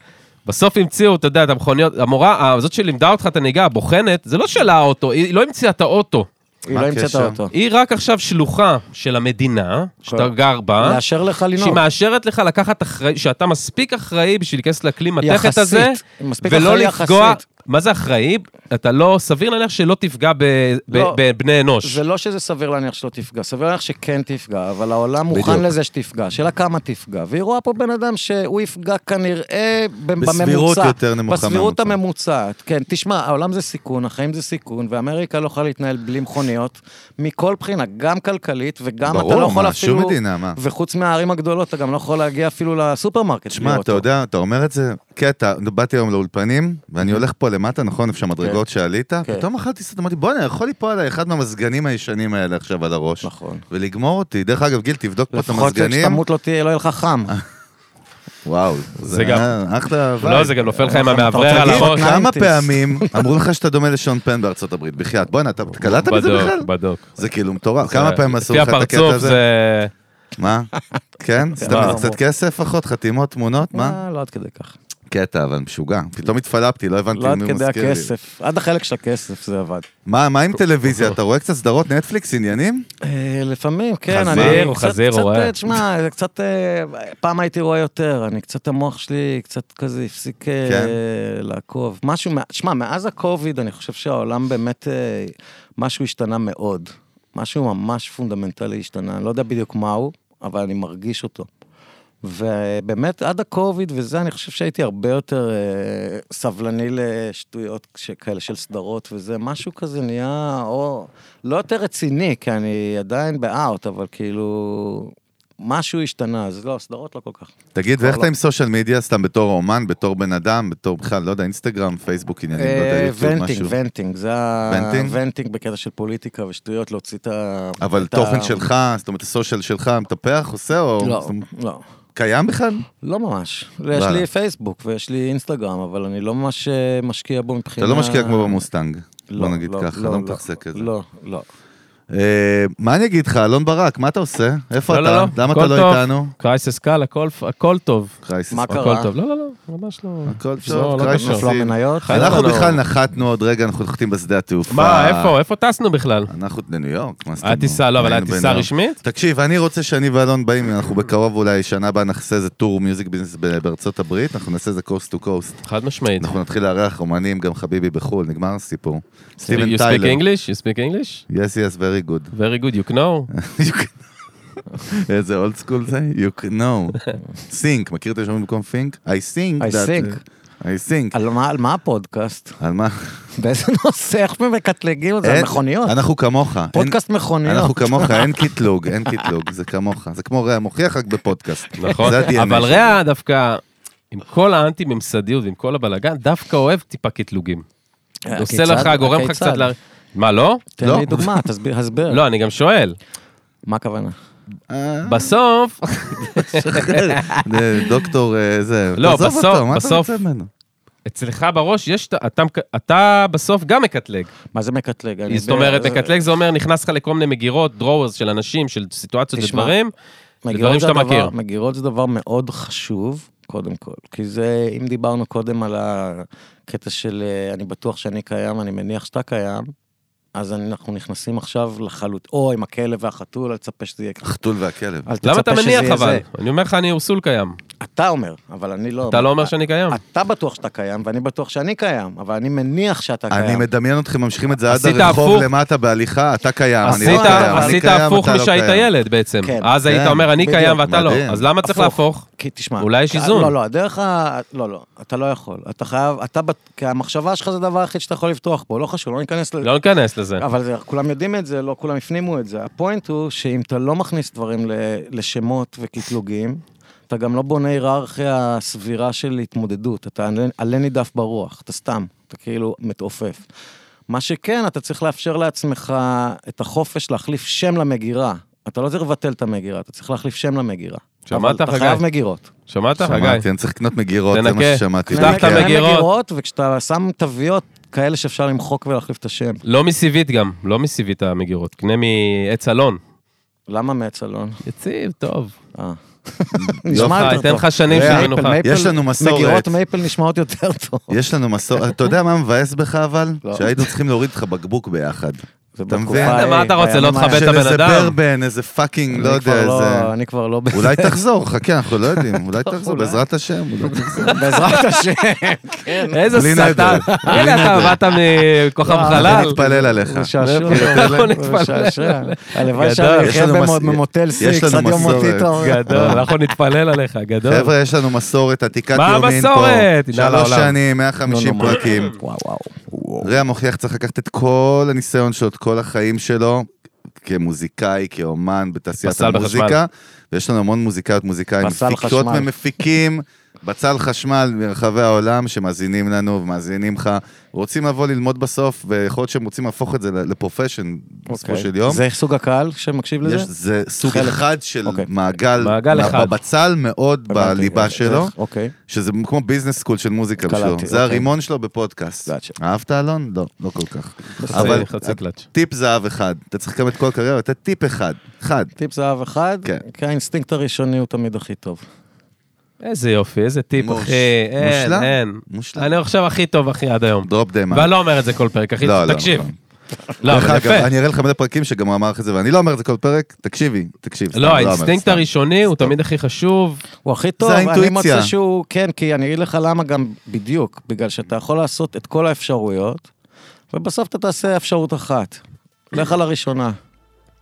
Speaker 1: בסוף המציאו, אתה יודע, את המכוניות, המורה, הזאת שלימדה אותך את הנהיגה, הבוחנת, זה לא שלה האוטו, היא לא המציאה את האוטו.
Speaker 2: היא
Speaker 3: מה
Speaker 2: לא המצאת
Speaker 3: הקשר?
Speaker 2: אותו.
Speaker 1: היא רק עכשיו שלוחה של המדינה, שאתה
Speaker 2: כן.
Speaker 1: גר בה.
Speaker 2: לאשר לך לנהוג.
Speaker 1: אה? שהיא מאשרת לך לקחת אחראי, שאתה מספיק אחראי בשביל להיכנס לכלי מתכת
Speaker 2: יחסית.
Speaker 1: הזה,
Speaker 2: מספיק
Speaker 1: ולא
Speaker 2: אחראי
Speaker 1: לפגוע...
Speaker 2: יחסית.
Speaker 1: מה זה אחראי? אתה לא, סביר להניח שלא תפגע ב- ב-
Speaker 2: לא.
Speaker 1: בבני אנוש.
Speaker 2: זה לא שזה סביר להניח שלא תפגע, סביר להניח שכן תפגע, אבל העולם מוכן לזה שתפגע, השאלה כמה תפגע. והיא רואה פה בן אדם שהוא יפגע כנראה ב- בממוצע.
Speaker 3: בסבירות יותר נמוכה
Speaker 2: בסבירות
Speaker 3: מהממוצע.
Speaker 2: הממוצעת, כן. תשמע, העולם זה סיכון, החיים זה סיכון, ואמריקה לא יכולה להתנהל בלי מכוניות, מכל בחינה, גם כלכלית וגם אתה לא
Speaker 3: ברור,
Speaker 2: יכול
Speaker 3: מה,
Speaker 2: אפילו...
Speaker 3: שום מדינה, מה?
Speaker 2: וחוץ מהערים הגדולות, אתה גם לא יכול להגיע אפילו לסופרמרקט.
Speaker 3: תשמע, אתה יודע, אתה אומר את זה, קטע, באתי היום לאולפנים, ואני הולך פה למטה, נכון, איפה שהמדרגות שעלית,
Speaker 2: כן.
Speaker 3: פתאום אכלתי סרט, אמרתי, בוא'נה, יכול ליפול עליי אחד מהמזגנים הישנים האלה עכשיו על הראש.
Speaker 2: נכון.
Speaker 3: ולגמור אותי. דרך אגב, גיל, תבדוק פה את
Speaker 2: לפחות
Speaker 3: המזגנים.
Speaker 2: כשתמות לא תהיה, לא יהיה לך חם.
Speaker 3: אה, וואו,
Speaker 1: זה
Speaker 3: זה
Speaker 1: גם-
Speaker 3: היה אחלה
Speaker 1: לא,
Speaker 3: וייב.
Speaker 1: זה גם נופל לך עם
Speaker 2: אתה
Speaker 1: המאוורר
Speaker 2: רוצה
Speaker 1: על
Speaker 2: להגיד?
Speaker 1: הראש.
Speaker 3: תגיד, כמה
Speaker 2: 90s.
Speaker 3: פעמים אמרו לך שאתה דומה לשון פן בארצות הברית, בחייאת. בוא'נה, אתה קלטת בזה
Speaker 1: בדוק,
Speaker 3: בכלל?
Speaker 1: בדוק.
Speaker 3: זה כאילו מטורף. כמה
Speaker 1: זה-
Speaker 3: פעמים עשו לך את
Speaker 1: לפי
Speaker 3: הקטע
Speaker 1: הפרצוף
Speaker 3: הזה?
Speaker 1: זה... <laughs>
Speaker 3: מה? כן? סתם
Speaker 2: לא.
Speaker 3: קצת כסף אחות, חתימות, תמונות, מה?
Speaker 2: אה, לא עד כדי כך.
Speaker 3: קטע, אבל משוגע. פתאום התפלפתי, לא הבנתי
Speaker 2: לא עד
Speaker 3: מי
Speaker 2: כדי
Speaker 3: מזכיר לי.
Speaker 2: הכסף. עד החלק של הכסף זה עבד.
Speaker 3: מה, מה עם טלוויזיה? אתה רואה קצת סדרות נטפליקס, עניינים?
Speaker 2: אה, לפעמים, כן.
Speaker 3: חזיר,
Speaker 2: אני
Speaker 1: הוא
Speaker 2: קצת-
Speaker 1: חזיר, הוא
Speaker 2: קצת,
Speaker 1: רואה.
Speaker 2: אה, תשמע, זה קצת... אה, פעם הייתי רואה יותר, אני קצת, המוח שלי קצת כזה הפסיק אה,
Speaker 3: כן.
Speaker 2: לעקוב. משהו, מה- שמע, מאז הקוביד, אני חושב שהעולם באמת, אה, משהו השתנה מאוד. משהו ממש פונדמנטלי השתנה, אני לא יודע בדיוק מהו, אבל אני מרגיש אותו. ובאמת, עד הקוביד וזה, אני חושב שהייתי הרבה יותר אה, סבלני לשטויות ש- כאלה של סדרות וזה, משהו כזה נהיה, או... לא יותר רציני, כי אני עדיין באאוט, אבל כאילו... משהו השתנה, אז לא, סדרות לא כל כך.
Speaker 3: תגיד, ואיך
Speaker 2: לא.
Speaker 3: אתה עם סושיאל מדיה, סתם בתור אומן, בתור בן אדם, בתור בכלל, לא יודע, אינסטגרם, פייסבוק, עניינים, לא יודע,
Speaker 2: אה,
Speaker 3: יוטיוב,
Speaker 2: ונטינג,
Speaker 3: משהו.
Speaker 2: ונטינג, זה ה...
Speaker 3: ונטינג?
Speaker 2: ונטינג בקטע של פוליטיקה ושטויות, להוציא את ה...
Speaker 3: אבל
Speaker 2: את ה-
Speaker 3: תוכן שלך, זאת אומרת, הסושיאל שלך, מטפח, עושה, או...
Speaker 2: לא,
Speaker 3: זאת אומרת,
Speaker 2: לא.
Speaker 3: קיים בכלל?
Speaker 2: לא ממש. יש
Speaker 3: וואלה.
Speaker 2: לי פייסבוק ויש לי אינסטגרם, אבל אני לא ממש אה, משקיע בו מבחינה...
Speaker 3: אתה לא משקיע כמו במוסטנג,
Speaker 2: לא,
Speaker 3: בוא נגיד
Speaker 2: לא,
Speaker 3: ככה,
Speaker 2: לא,
Speaker 3: לא
Speaker 2: לא,
Speaker 3: מתחזק את זה.
Speaker 2: לא, לא.
Speaker 3: אה, מה אני אגיד לך, אלון ברק, מה אתה עושה? איפה
Speaker 1: לא, לא,
Speaker 3: אתה?
Speaker 1: לא.
Speaker 3: למה
Speaker 1: הכל
Speaker 3: אתה לא
Speaker 1: טוב.
Speaker 3: איתנו?
Speaker 1: קרייסס קל, הכל- הכל טוב.
Speaker 3: קרייסיס.
Speaker 2: מה
Speaker 1: הכל
Speaker 2: קרה?
Speaker 1: טוב. לא, לא, לא, ממש לא.
Speaker 3: הכל
Speaker 1: לא,
Speaker 3: טוב,
Speaker 1: לא
Speaker 3: קרייסיס.
Speaker 1: קשור.
Speaker 2: נפלו המניות.
Speaker 3: אנחנו
Speaker 1: לא, לא.
Speaker 3: בכלל נחתנו עוד רגע, אנחנו נחתים בשדה התעופה.
Speaker 1: מה, איפה? איפה טסנו בכלל?
Speaker 3: אנחנו לניו יורק, מה זאת
Speaker 1: היה
Speaker 3: אומרת?
Speaker 1: טיסה, לא, אבל היה
Speaker 3: היינו
Speaker 1: טיסה
Speaker 3: בניו-
Speaker 1: רשמית?
Speaker 3: תקשיב, אני רוצה שאני ואלון באים, אנחנו בקרוב אולי, שנה הבאה נעשה איזה טור מיוזיק ביזנס ב- בארצות הברית, אנחנו נעשה איזה קוסט טו קוסט.
Speaker 1: חד משמעית.
Speaker 3: אנחנו נתחיל לארח אומנים, גם חביבי בחו"ל, נגמר הסיפור.
Speaker 1: You
Speaker 3: סטיבן
Speaker 1: speak
Speaker 3: טיילר.
Speaker 1: English? You speak English?
Speaker 3: Yes, yes, very good. <laughs>
Speaker 1: Very good, you know?
Speaker 3: You can- איזה אולד סקול זה? You
Speaker 1: <laughs>
Speaker 3: know. think, מכיר את השם במקום think? I think.
Speaker 2: I
Speaker 3: that-
Speaker 2: think.
Speaker 3: I think.
Speaker 2: על מה- על מה הפודקאסט? <laughs>
Speaker 3: על מה?
Speaker 2: באיזה נושא? איך מקטלגים את זה? על
Speaker 3: אין-
Speaker 2: מכוניות?
Speaker 3: אנחנו כמוך. אין-
Speaker 2: פודקאסט מכוניות.
Speaker 3: אנחנו כמוך, אין קטלוג, אין קטלוג, זה כמוך. זה כמו רע מוכיח רק בפודקאסט.
Speaker 1: נכון?
Speaker 3: זה ה-DNA
Speaker 1: אבל
Speaker 3: שלי.
Speaker 1: רע דווקא, עם כל האנטי-ממסדיות ועם כל הבלגן, דווקא אוהב טיפה קטלוגים. עושה
Speaker 2: אה, הכיצד?
Speaker 1: לך, גורם לך
Speaker 2: הכיצד? אה.
Speaker 1: קצת ל... מה, לא?
Speaker 2: תן
Speaker 3: לא.
Speaker 2: לי דוגמה, תסביר, הסבר.
Speaker 1: לא, אני גם שואל.
Speaker 2: מה הכוונה?
Speaker 3: אה,
Speaker 1: בסוף,
Speaker 3: זה דוקטור אה, זה,
Speaker 1: לא,
Speaker 3: תעזוב
Speaker 1: בסוף,
Speaker 3: אותו, מה אתה
Speaker 1: בסוף.
Speaker 3: רוצה ממנו?
Speaker 1: אצלך בראש יש, את- אתה מק- אתה בסוף גם מקטלג.
Speaker 2: מה זה מקטלג? אני
Speaker 1: זאת
Speaker 2: ב-
Speaker 1: אומרת,
Speaker 2: זה-
Speaker 1: מקטלג זה אומר, נכנס לך לכל מיני מגירות, דרורס של אנשים, של סיטואציות
Speaker 2: תשמע,
Speaker 1: ודברים.
Speaker 2: מגירות
Speaker 1: לדברים
Speaker 2: זה
Speaker 1: שאתה
Speaker 2: הדבר-
Speaker 1: מכיר.
Speaker 2: מגירות זה דבר מאוד חשוב, קודם כל. כי זה, אם דיברנו קודם על הקטע של אה, אני בטוח שאני קיים, אני מניח שאתה קיים, אז אנחנו נכנסים עכשיו לחלוט... או עם הכלב והחתול, אל תצפה שזה יהיה ככה.
Speaker 3: החתול והכלב.
Speaker 2: אל תצפה
Speaker 1: למה אתה
Speaker 2: שזה
Speaker 1: מניח
Speaker 2: יהיה
Speaker 1: אבל?
Speaker 2: זה.
Speaker 1: אני אומר לך, אני אורסול קיים.
Speaker 2: אתה אומר, אבל אני לא...
Speaker 1: אתה לא אומר שאני קיים.
Speaker 2: אתה בטוח שאתה קיים, ואני בטוח שאני קיים, אבל אני מניח שאתה
Speaker 3: אני
Speaker 2: קיים.
Speaker 3: מדמיין אתכם ממשיכים את זה עד
Speaker 1: אה, עשית
Speaker 3: הרחוב
Speaker 1: הפוך.
Speaker 3: למטה בהליכה, אתה קיים, אני לא
Speaker 1: עשית
Speaker 3: קיים, אני
Speaker 1: עשית
Speaker 3: קיים,
Speaker 1: הפוך
Speaker 3: אתה לא
Speaker 1: משהיית
Speaker 3: קיים.
Speaker 1: ילד בעצם.
Speaker 2: אה, כן.
Speaker 1: אז היית
Speaker 3: כן,
Speaker 1: אומר, אני
Speaker 2: בדיוק,
Speaker 1: קיים ואתה לא.
Speaker 3: מדהים.
Speaker 1: אז למה צריך להפוך?
Speaker 2: כי תשמע,
Speaker 1: אולי יש
Speaker 2: אה,
Speaker 1: איזון.
Speaker 2: לא, לא, הדרך ה... לא, לא, אתה לא יכול. אתה חייב, אתה, בת- כי המחשבה שלך זה הדבר היחיד שאתה יכול לפתוח בו, לא חשוב, לא ניכנס ל...
Speaker 1: לא ניכנס לזה.
Speaker 2: אבל זה, כולם יודעים את זה, לא כולם הפנימו את זה. הפוינט הוא שאם אתה לא מכניס דברים ל, לשמות וקטלוגים, אתה גם לא בונה היררכיה סבירה של התמודדות. אתה עלה- עלה נידף ברוח, אתה סתם, אתה כאילו מתעופף. מה שכן, אתה צריך לאפשר לעצמך את החופש להחליף שם למגירה. אתה לא צריך לבטל את המגירה, אתה צריך להחליף שם למגירה.
Speaker 1: שמעת,
Speaker 2: אבל אתה
Speaker 1: חגי?
Speaker 2: חייב מגירות.
Speaker 1: שמעת, חגי?
Speaker 3: שמעתי, אני צריך לקנות מגירות, זה מה
Speaker 1: תנקה.
Speaker 3: ששמעתי.
Speaker 1: פתח את
Speaker 3: כן.
Speaker 1: המגירות.
Speaker 2: וכשאתה שם תוויות כאלה שאפשר למחוק ולהחליף את השם.
Speaker 1: לא מסיבית גם, לא מסיבית המגירות. קנה מעץ אלון.
Speaker 2: למה מעץ אלון?
Speaker 1: יציב, טוב.
Speaker 2: אה.
Speaker 3: יופי,
Speaker 2: נשמע יותר
Speaker 1: אתן
Speaker 2: טוב.
Speaker 1: לך שנים של
Speaker 3: רע,
Speaker 1: מנוחה.
Speaker 2: מייפל-
Speaker 3: יש לנו מסורת.
Speaker 2: מגירות מייפל נשמעות יותר טוב.
Speaker 3: יש לנו מסורת, <laughs> אתה יודע מה מבאס בך אבל?
Speaker 2: לא.
Speaker 3: שהיינו צריכים להוריד לך בקבוק ביחד.
Speaker 2: זה
Speaker 3: אתה
Speaker 2: בתקופה
Speaker 3: מבין?
Speaker 2: ההיא,
Speaker 1: מה אתה רוצה, לא
Speaker 2: בימים
Speaker 1: תכבד את
Speaker 2: האלה.
Speaker 3: של איזה
Speaker 1: אה, הבן אדם.
Speaker 3: ברבן, איזה פאקינג,
Speaker 2: אני
Speaker 3: לא יודע,
Speaker 2: כבר לא-
Speaker 3: איזה...
Speaker 2: אני כבר לא... ב-
Speaker 3: אולי תחזור, חכה, אנחנו לא יודעים, אולי תחזור,
Speaker 2: אולי.
Speaker 3: בעזרת השם. אולי תחזור.
Speaker 2: <laughs> בעזרת
Speaker 3: <laughs>
Speaker 2: השם. כן.
Speaker 1: איזה
Speaker 3: אה, בלי
Speaker 1: שטן.
Speaker 3: נדר.
Speaker 1: הנה, אתה באת מכוכב
Speaker 2: לא,
Speaker 1: חלל.
Speaker 3: אנחנו נתפלל עליך.
Speaker 2: זה שעשוע.
Speaker 1: אנחנו
Speaker 2: זה שעשוע. הלוואי
Speaker 1: גדול.
Speaker 2: שאני
Speaker 3: יש
Speaker 2: אחיה
Speaker 3: לנו מס-
Speaker 2: במ- במוטל
Speaker 3: יש
Speaker 2: סיקס
Speaker 3: לנו
Speaker 2: עד יום לא,
Speaker 3: מסורת.
Speaker 2: מותי טוב.
Speaker 1: גדול, אנחנו נתפלל עליך, גדול.
Speaker 3: אה. חבר'ה, יש לנו מסורת עתיקת
Speaker 1: מה
Speaker 3: יומין פה.
Speaker 1: המסורת? הנה
Speaker 3: שלוש
Speaker 1: לעולם.
Speaker 3: שנים,
Speaker 2: לא
Speaker 3: 150
Speaker 2: נורמלי.
Speaker 3: פרקים.
Speaker 2: וואו וואו.
Speaker 3: רע מוכיח צריך לקחת את כל הניסיון שלו, את כל החיים שלו, כמוזיקאי, כאומן, בתעשיית
Speaker 1: בצל
Speaker 3: המוזיקה. ויש לנו המון מוזיקאיות, מוזיקאים,
Speaker 2: בצל
Speaker 3: מפיקות
Speaker 2: חשמל.
Speaker 3: ומפיקים, בצל חשמל מרחבי העולם, שמאזינים לנו ומאזינים לך. רוצים לבוא ללמוד בסוף, ויכול להיות שהם רוצים להפוך את זה לפרופשן בסופו של יום.
Speaker 2: אוקיי. זה סוג הקהל שמקשיב
Speaker 3: יש,
Speaker 2: לזה?
Speaker 3: זה סוג
Speaker 2: חלק.
Speaker 3: אחד של
Speaker 2: אוקיי.
Speaker 3: מעגל,
Speaker 1: מעגל אחד.
Speaker 3: בבצל מאוד
Speaker 2: הבנתי,
Speaker 3: בליבה
Speaker 2: איך-
Speaker 3: שלו,
Speaker 2: איך- אוקיי.
Speaker 3: שזה כמו ביזנס סקול של מוזיקה
Speaker 2: קלטתי,
Speaker 3: בשבילו. זה
Speaker 2: אוקיי.
Speaker 3: הרימון שלו בפודקאסט.
Speaker 2: גאצ'ה. אהבת?
Speaker 3: אהבת אלון? לא, לא כל כך.
Speaker 1: חצי-
Speaker 3: אבל-
Speaker 1: חצי קלאץ'.
Speaker 3: טיפ זהב אחד, אתה צריך לקבל את כל הקריירה, לתת טיפ אחד, אחד.
Speaker 2: טיפ זהב אחד,
Speaker 3: כן.
Speaker 2: כי האינסטינקט הראשוני הוא תמיד הכי טוב.
Speaker 1: איזה יופי, איזה טיפ,
Speaker 3: מוש-
Speaker 1: אחי. אין,
Speaker 3: מושלם,
Speaker 1: אין.
Speaker 3: מושלם.
Speaker 1: אני עכשיו הכי טוב, אחי, עד היום.
Speaker 3: דרופ די
Speaker 1: ואני לא אומר את זה כל פרק, אחי,
Speaker 3: לא, לא,
Speaker 1: תקשיב.
Speaker 3: לא.
Speaker 1: לא,
Speaker 3: דרך
Speaker 1: אבל
Speaker 3: אגב,
Speaker 1: יפה.
Speaker 3: אני אראה לך מלא פרקים שגם הוא אמר לך את זה, ואני לא אומר את זה כל פרק, תקשיבי, תקשיב. סתם,
Speaker 1: לא,
Speaker 3: אומר,
Speaker 1: האינסטינקט
Speaker 3: סתם.
Speaker 1: הראשוני הוא
Speaker 3: סתם.
Speaker 1: תמיד הכי חשוב.
Speaker 2: הוא הכי טוב, אני
Speaker 3: האינטואיציה.
Speaker 2: מוצא שהוא, כן, כי אני אגיד לך למה גם בדיוק, בגלל שאתה יכול לעשות את כל האפשרויות, ובסוף אתה תעשה אפשרות אחת. לך על הראשונה,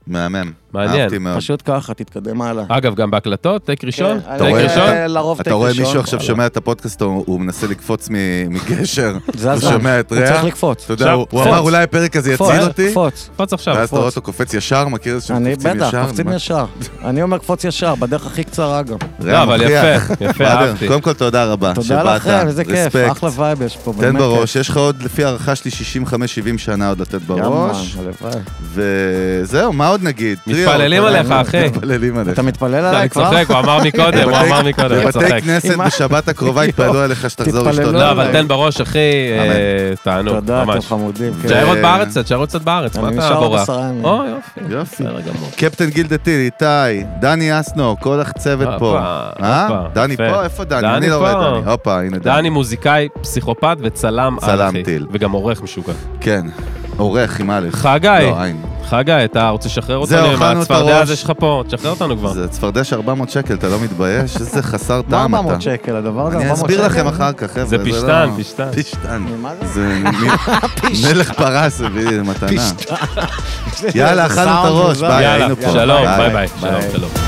Speaker 3: מהמם.
Speaker 1: מעניין.
Speaker 3: אהבתי מאוד.
Speaker 2: פשוט ככה, תתקדם הלאה.
Speaker 1: אגב, גם בהקלטות, טייק ראשון,
Speaker 2: כן,
Speaker 1: טייק
Speaker 3: רואה?
Speaker 2: אני-
Speaker 1: ראשון.
Speaker 2: אה, לרוב
Speaker 3: אתה רואה
Speaker 2: טייק
Speaker 3: מישהו
Speaker 2: ראשון.
Speaker 3: עכשיו
Speaker 2: וואלה.
Speaker 3: שומע את הפודקאסט, הוא הוא מנסה לקפוץ מ- מגשר,
Speaker 2: זה
Speaker 3: הוא
Speaker 2: הזמן.
Speaker 3: שומע את
Speaker 2: הוא צריך
Speaker 3: ריח,
Speaker 2: לקפוץ.
Speaker 3: אתה יודע, הוא הוא אמר
Speaker 1: קפוץ.
Speaker 3: אולי הפרק הזה
Speaker 2: קפוץ,
Speaker 3: יציל אותי,
Speaker 2: קפוץ.
Speaker 1: קפוץ עכשיו,
Speaker 3: ואז אתה רואה
Speaker 1: קפוץ.
Speaker 3: אותו קופץ ישר, מכיר את זה
Speaker 2: אני
Speaker 3: שקופצים
Speaker 2: בטח,
Speaker 3: ישר?
Speaker 2: קופצים
Speaker 3: <laughs>
Speaker 2: ישר. אני אומר קפוץ ישר, בדרך הכי קצרה גם.
Speaker 1: לא, אבל יפה, יפה, אהבתי.
Speaker 3: קודם כל תודה רבה
Speaker 2: תודה
Speaker 3: אה, שבאת,
Speaker 2: לכם, איזה כיף,
Speaker 3: רספקט.
Speaker 2: אחלה וייב יש פה, באמת.
Speaker 3: תן בראש, יש לך עוד, לפי הערכה שלי, 65-70 שנה עוד לתת
Speaker 2: כיף.
Speaker 3: בראש.
Speaker 2: יאמן, הלוואי.
Speaker 3: וזהו, מה עוד נגיד?
Speaker 1: מתפללים
Speaker 3: טריו, תודה
Speaker 1: עליך,
Speaker 3: רבה.
Speaker 1: אחי.
Speaker 3: מתפללים עליך.
Speaker 2: אתה מתפלל
Speaker 1: לא,
Speaker 2: עליי
Speaker 1: אני
Speaker 2: כבר?
Speaker 1: צוחק, הוא
Speaker 3: <laughs>
Speaker 1: אמר מקודם, הוא אמר מקודם, אני
Speaker 3: בבתי
Speaker 1: צוחק.
Speaker 3: כנסת
Speaker 2: אם-
Speaker 3: בשבת
Speaker 2: <laughs>
Speaker 3: הקרובה יתפללו עליך שתחזור
Speaker 2: תתפללו
Speaker 3: לשתות.
Speaker 1: לא,
Speaker 2: אמן.
Speaker 1: אבל תן בראש, אחי, אה, תענוג,
Speaker 2: תודה, אתם
Speaker 1: ממש.
Speaker 2: חמודים. כן.
Speaker 1: תשאר
Speaker 3: ו-
Speaker 1: עוד בארץ קצת, תשאר עוד קצת בארץ,
Speaker 2: אני
Speaker 1: מה
Speaker 2: נשאר
Speaker 1: אתה
Speaker 2: עוד
Speaker 1: בורח?
Speaker 2: עשרה ימים.
Speaker 1: או, יופי.
Speaker 3: יופי.
Speaker 1: בסדר גמור.
Speaker 3: קפטן גילדטיל, איתי, דני אסנו, כל הצוות
Speaker 1: הופה,
Speaker 3: פה. אה?
Speaker 1: הופה,
Speaker 3: דני
Speaker 1: יפה.
Speaker 3: פה? איפה דני?
Speaker 1: דני
Speaker 3: אני לא רואה
Speaker 1: פה.
Speaker 3: דני. הופה, הנה
Speaker 1: דני
Speaker 3: דני.
Speaker 1: מוזיקאי, פסיכופת וצלם
Speaker 3: צלם
Speaker 1: אחי.
Speaker 3: טיל.
Speaker 1: וגם עורך משוגע.
Speaker 3: כן. עורך עם א'.
Speaker 1: חגי.
Speaker 3: לא, עין.
Speaker 1: חגה, אתה רוצה לשחרר
Speaker 3: זהו,
Speaker 1: אותנו עם
Speaker 3: אכלנו את
Speaker 1: הצפרדע
Speaker 3: הראש.
Speaker 1: הזה שלך פה? תשחרר אותנו כבר.
Speaker 3: זה צפרדע של 400 שקל, אתה לא
Speaker 1: <laughs>
Speaker 3: מתבייש? איזה חסר טעם
Speaker 2: מה
Speaker 3: אתה.
Speaker 2: 400 שקל? הדבר הזה 400 שקל?
Speaker 3: אני אסביר לכם אחר כך, חבר'ה.
Speaker 1: זה
Speaker 3: לא-
Speaker 1: פשטן, פשטן.
Speaker 2: <laughs>
Speaker 3: פשטן.
Speaker 2: מה זה?
Speaker 3: זה מ- מלך פרס, זה מתנה.
Speaker 2: פשטן.
Speaker 3: יאללה, אכלנו את
Speaker 2: סאונד
Speaker 3: הראש,
Speaker 2: מוזר.
Speaker 3: ביי,
Speaker 1: יאללה,
Speaker 3: היינו פה.
Speaker 1: שלום, ביי ביי. שלום, שלום.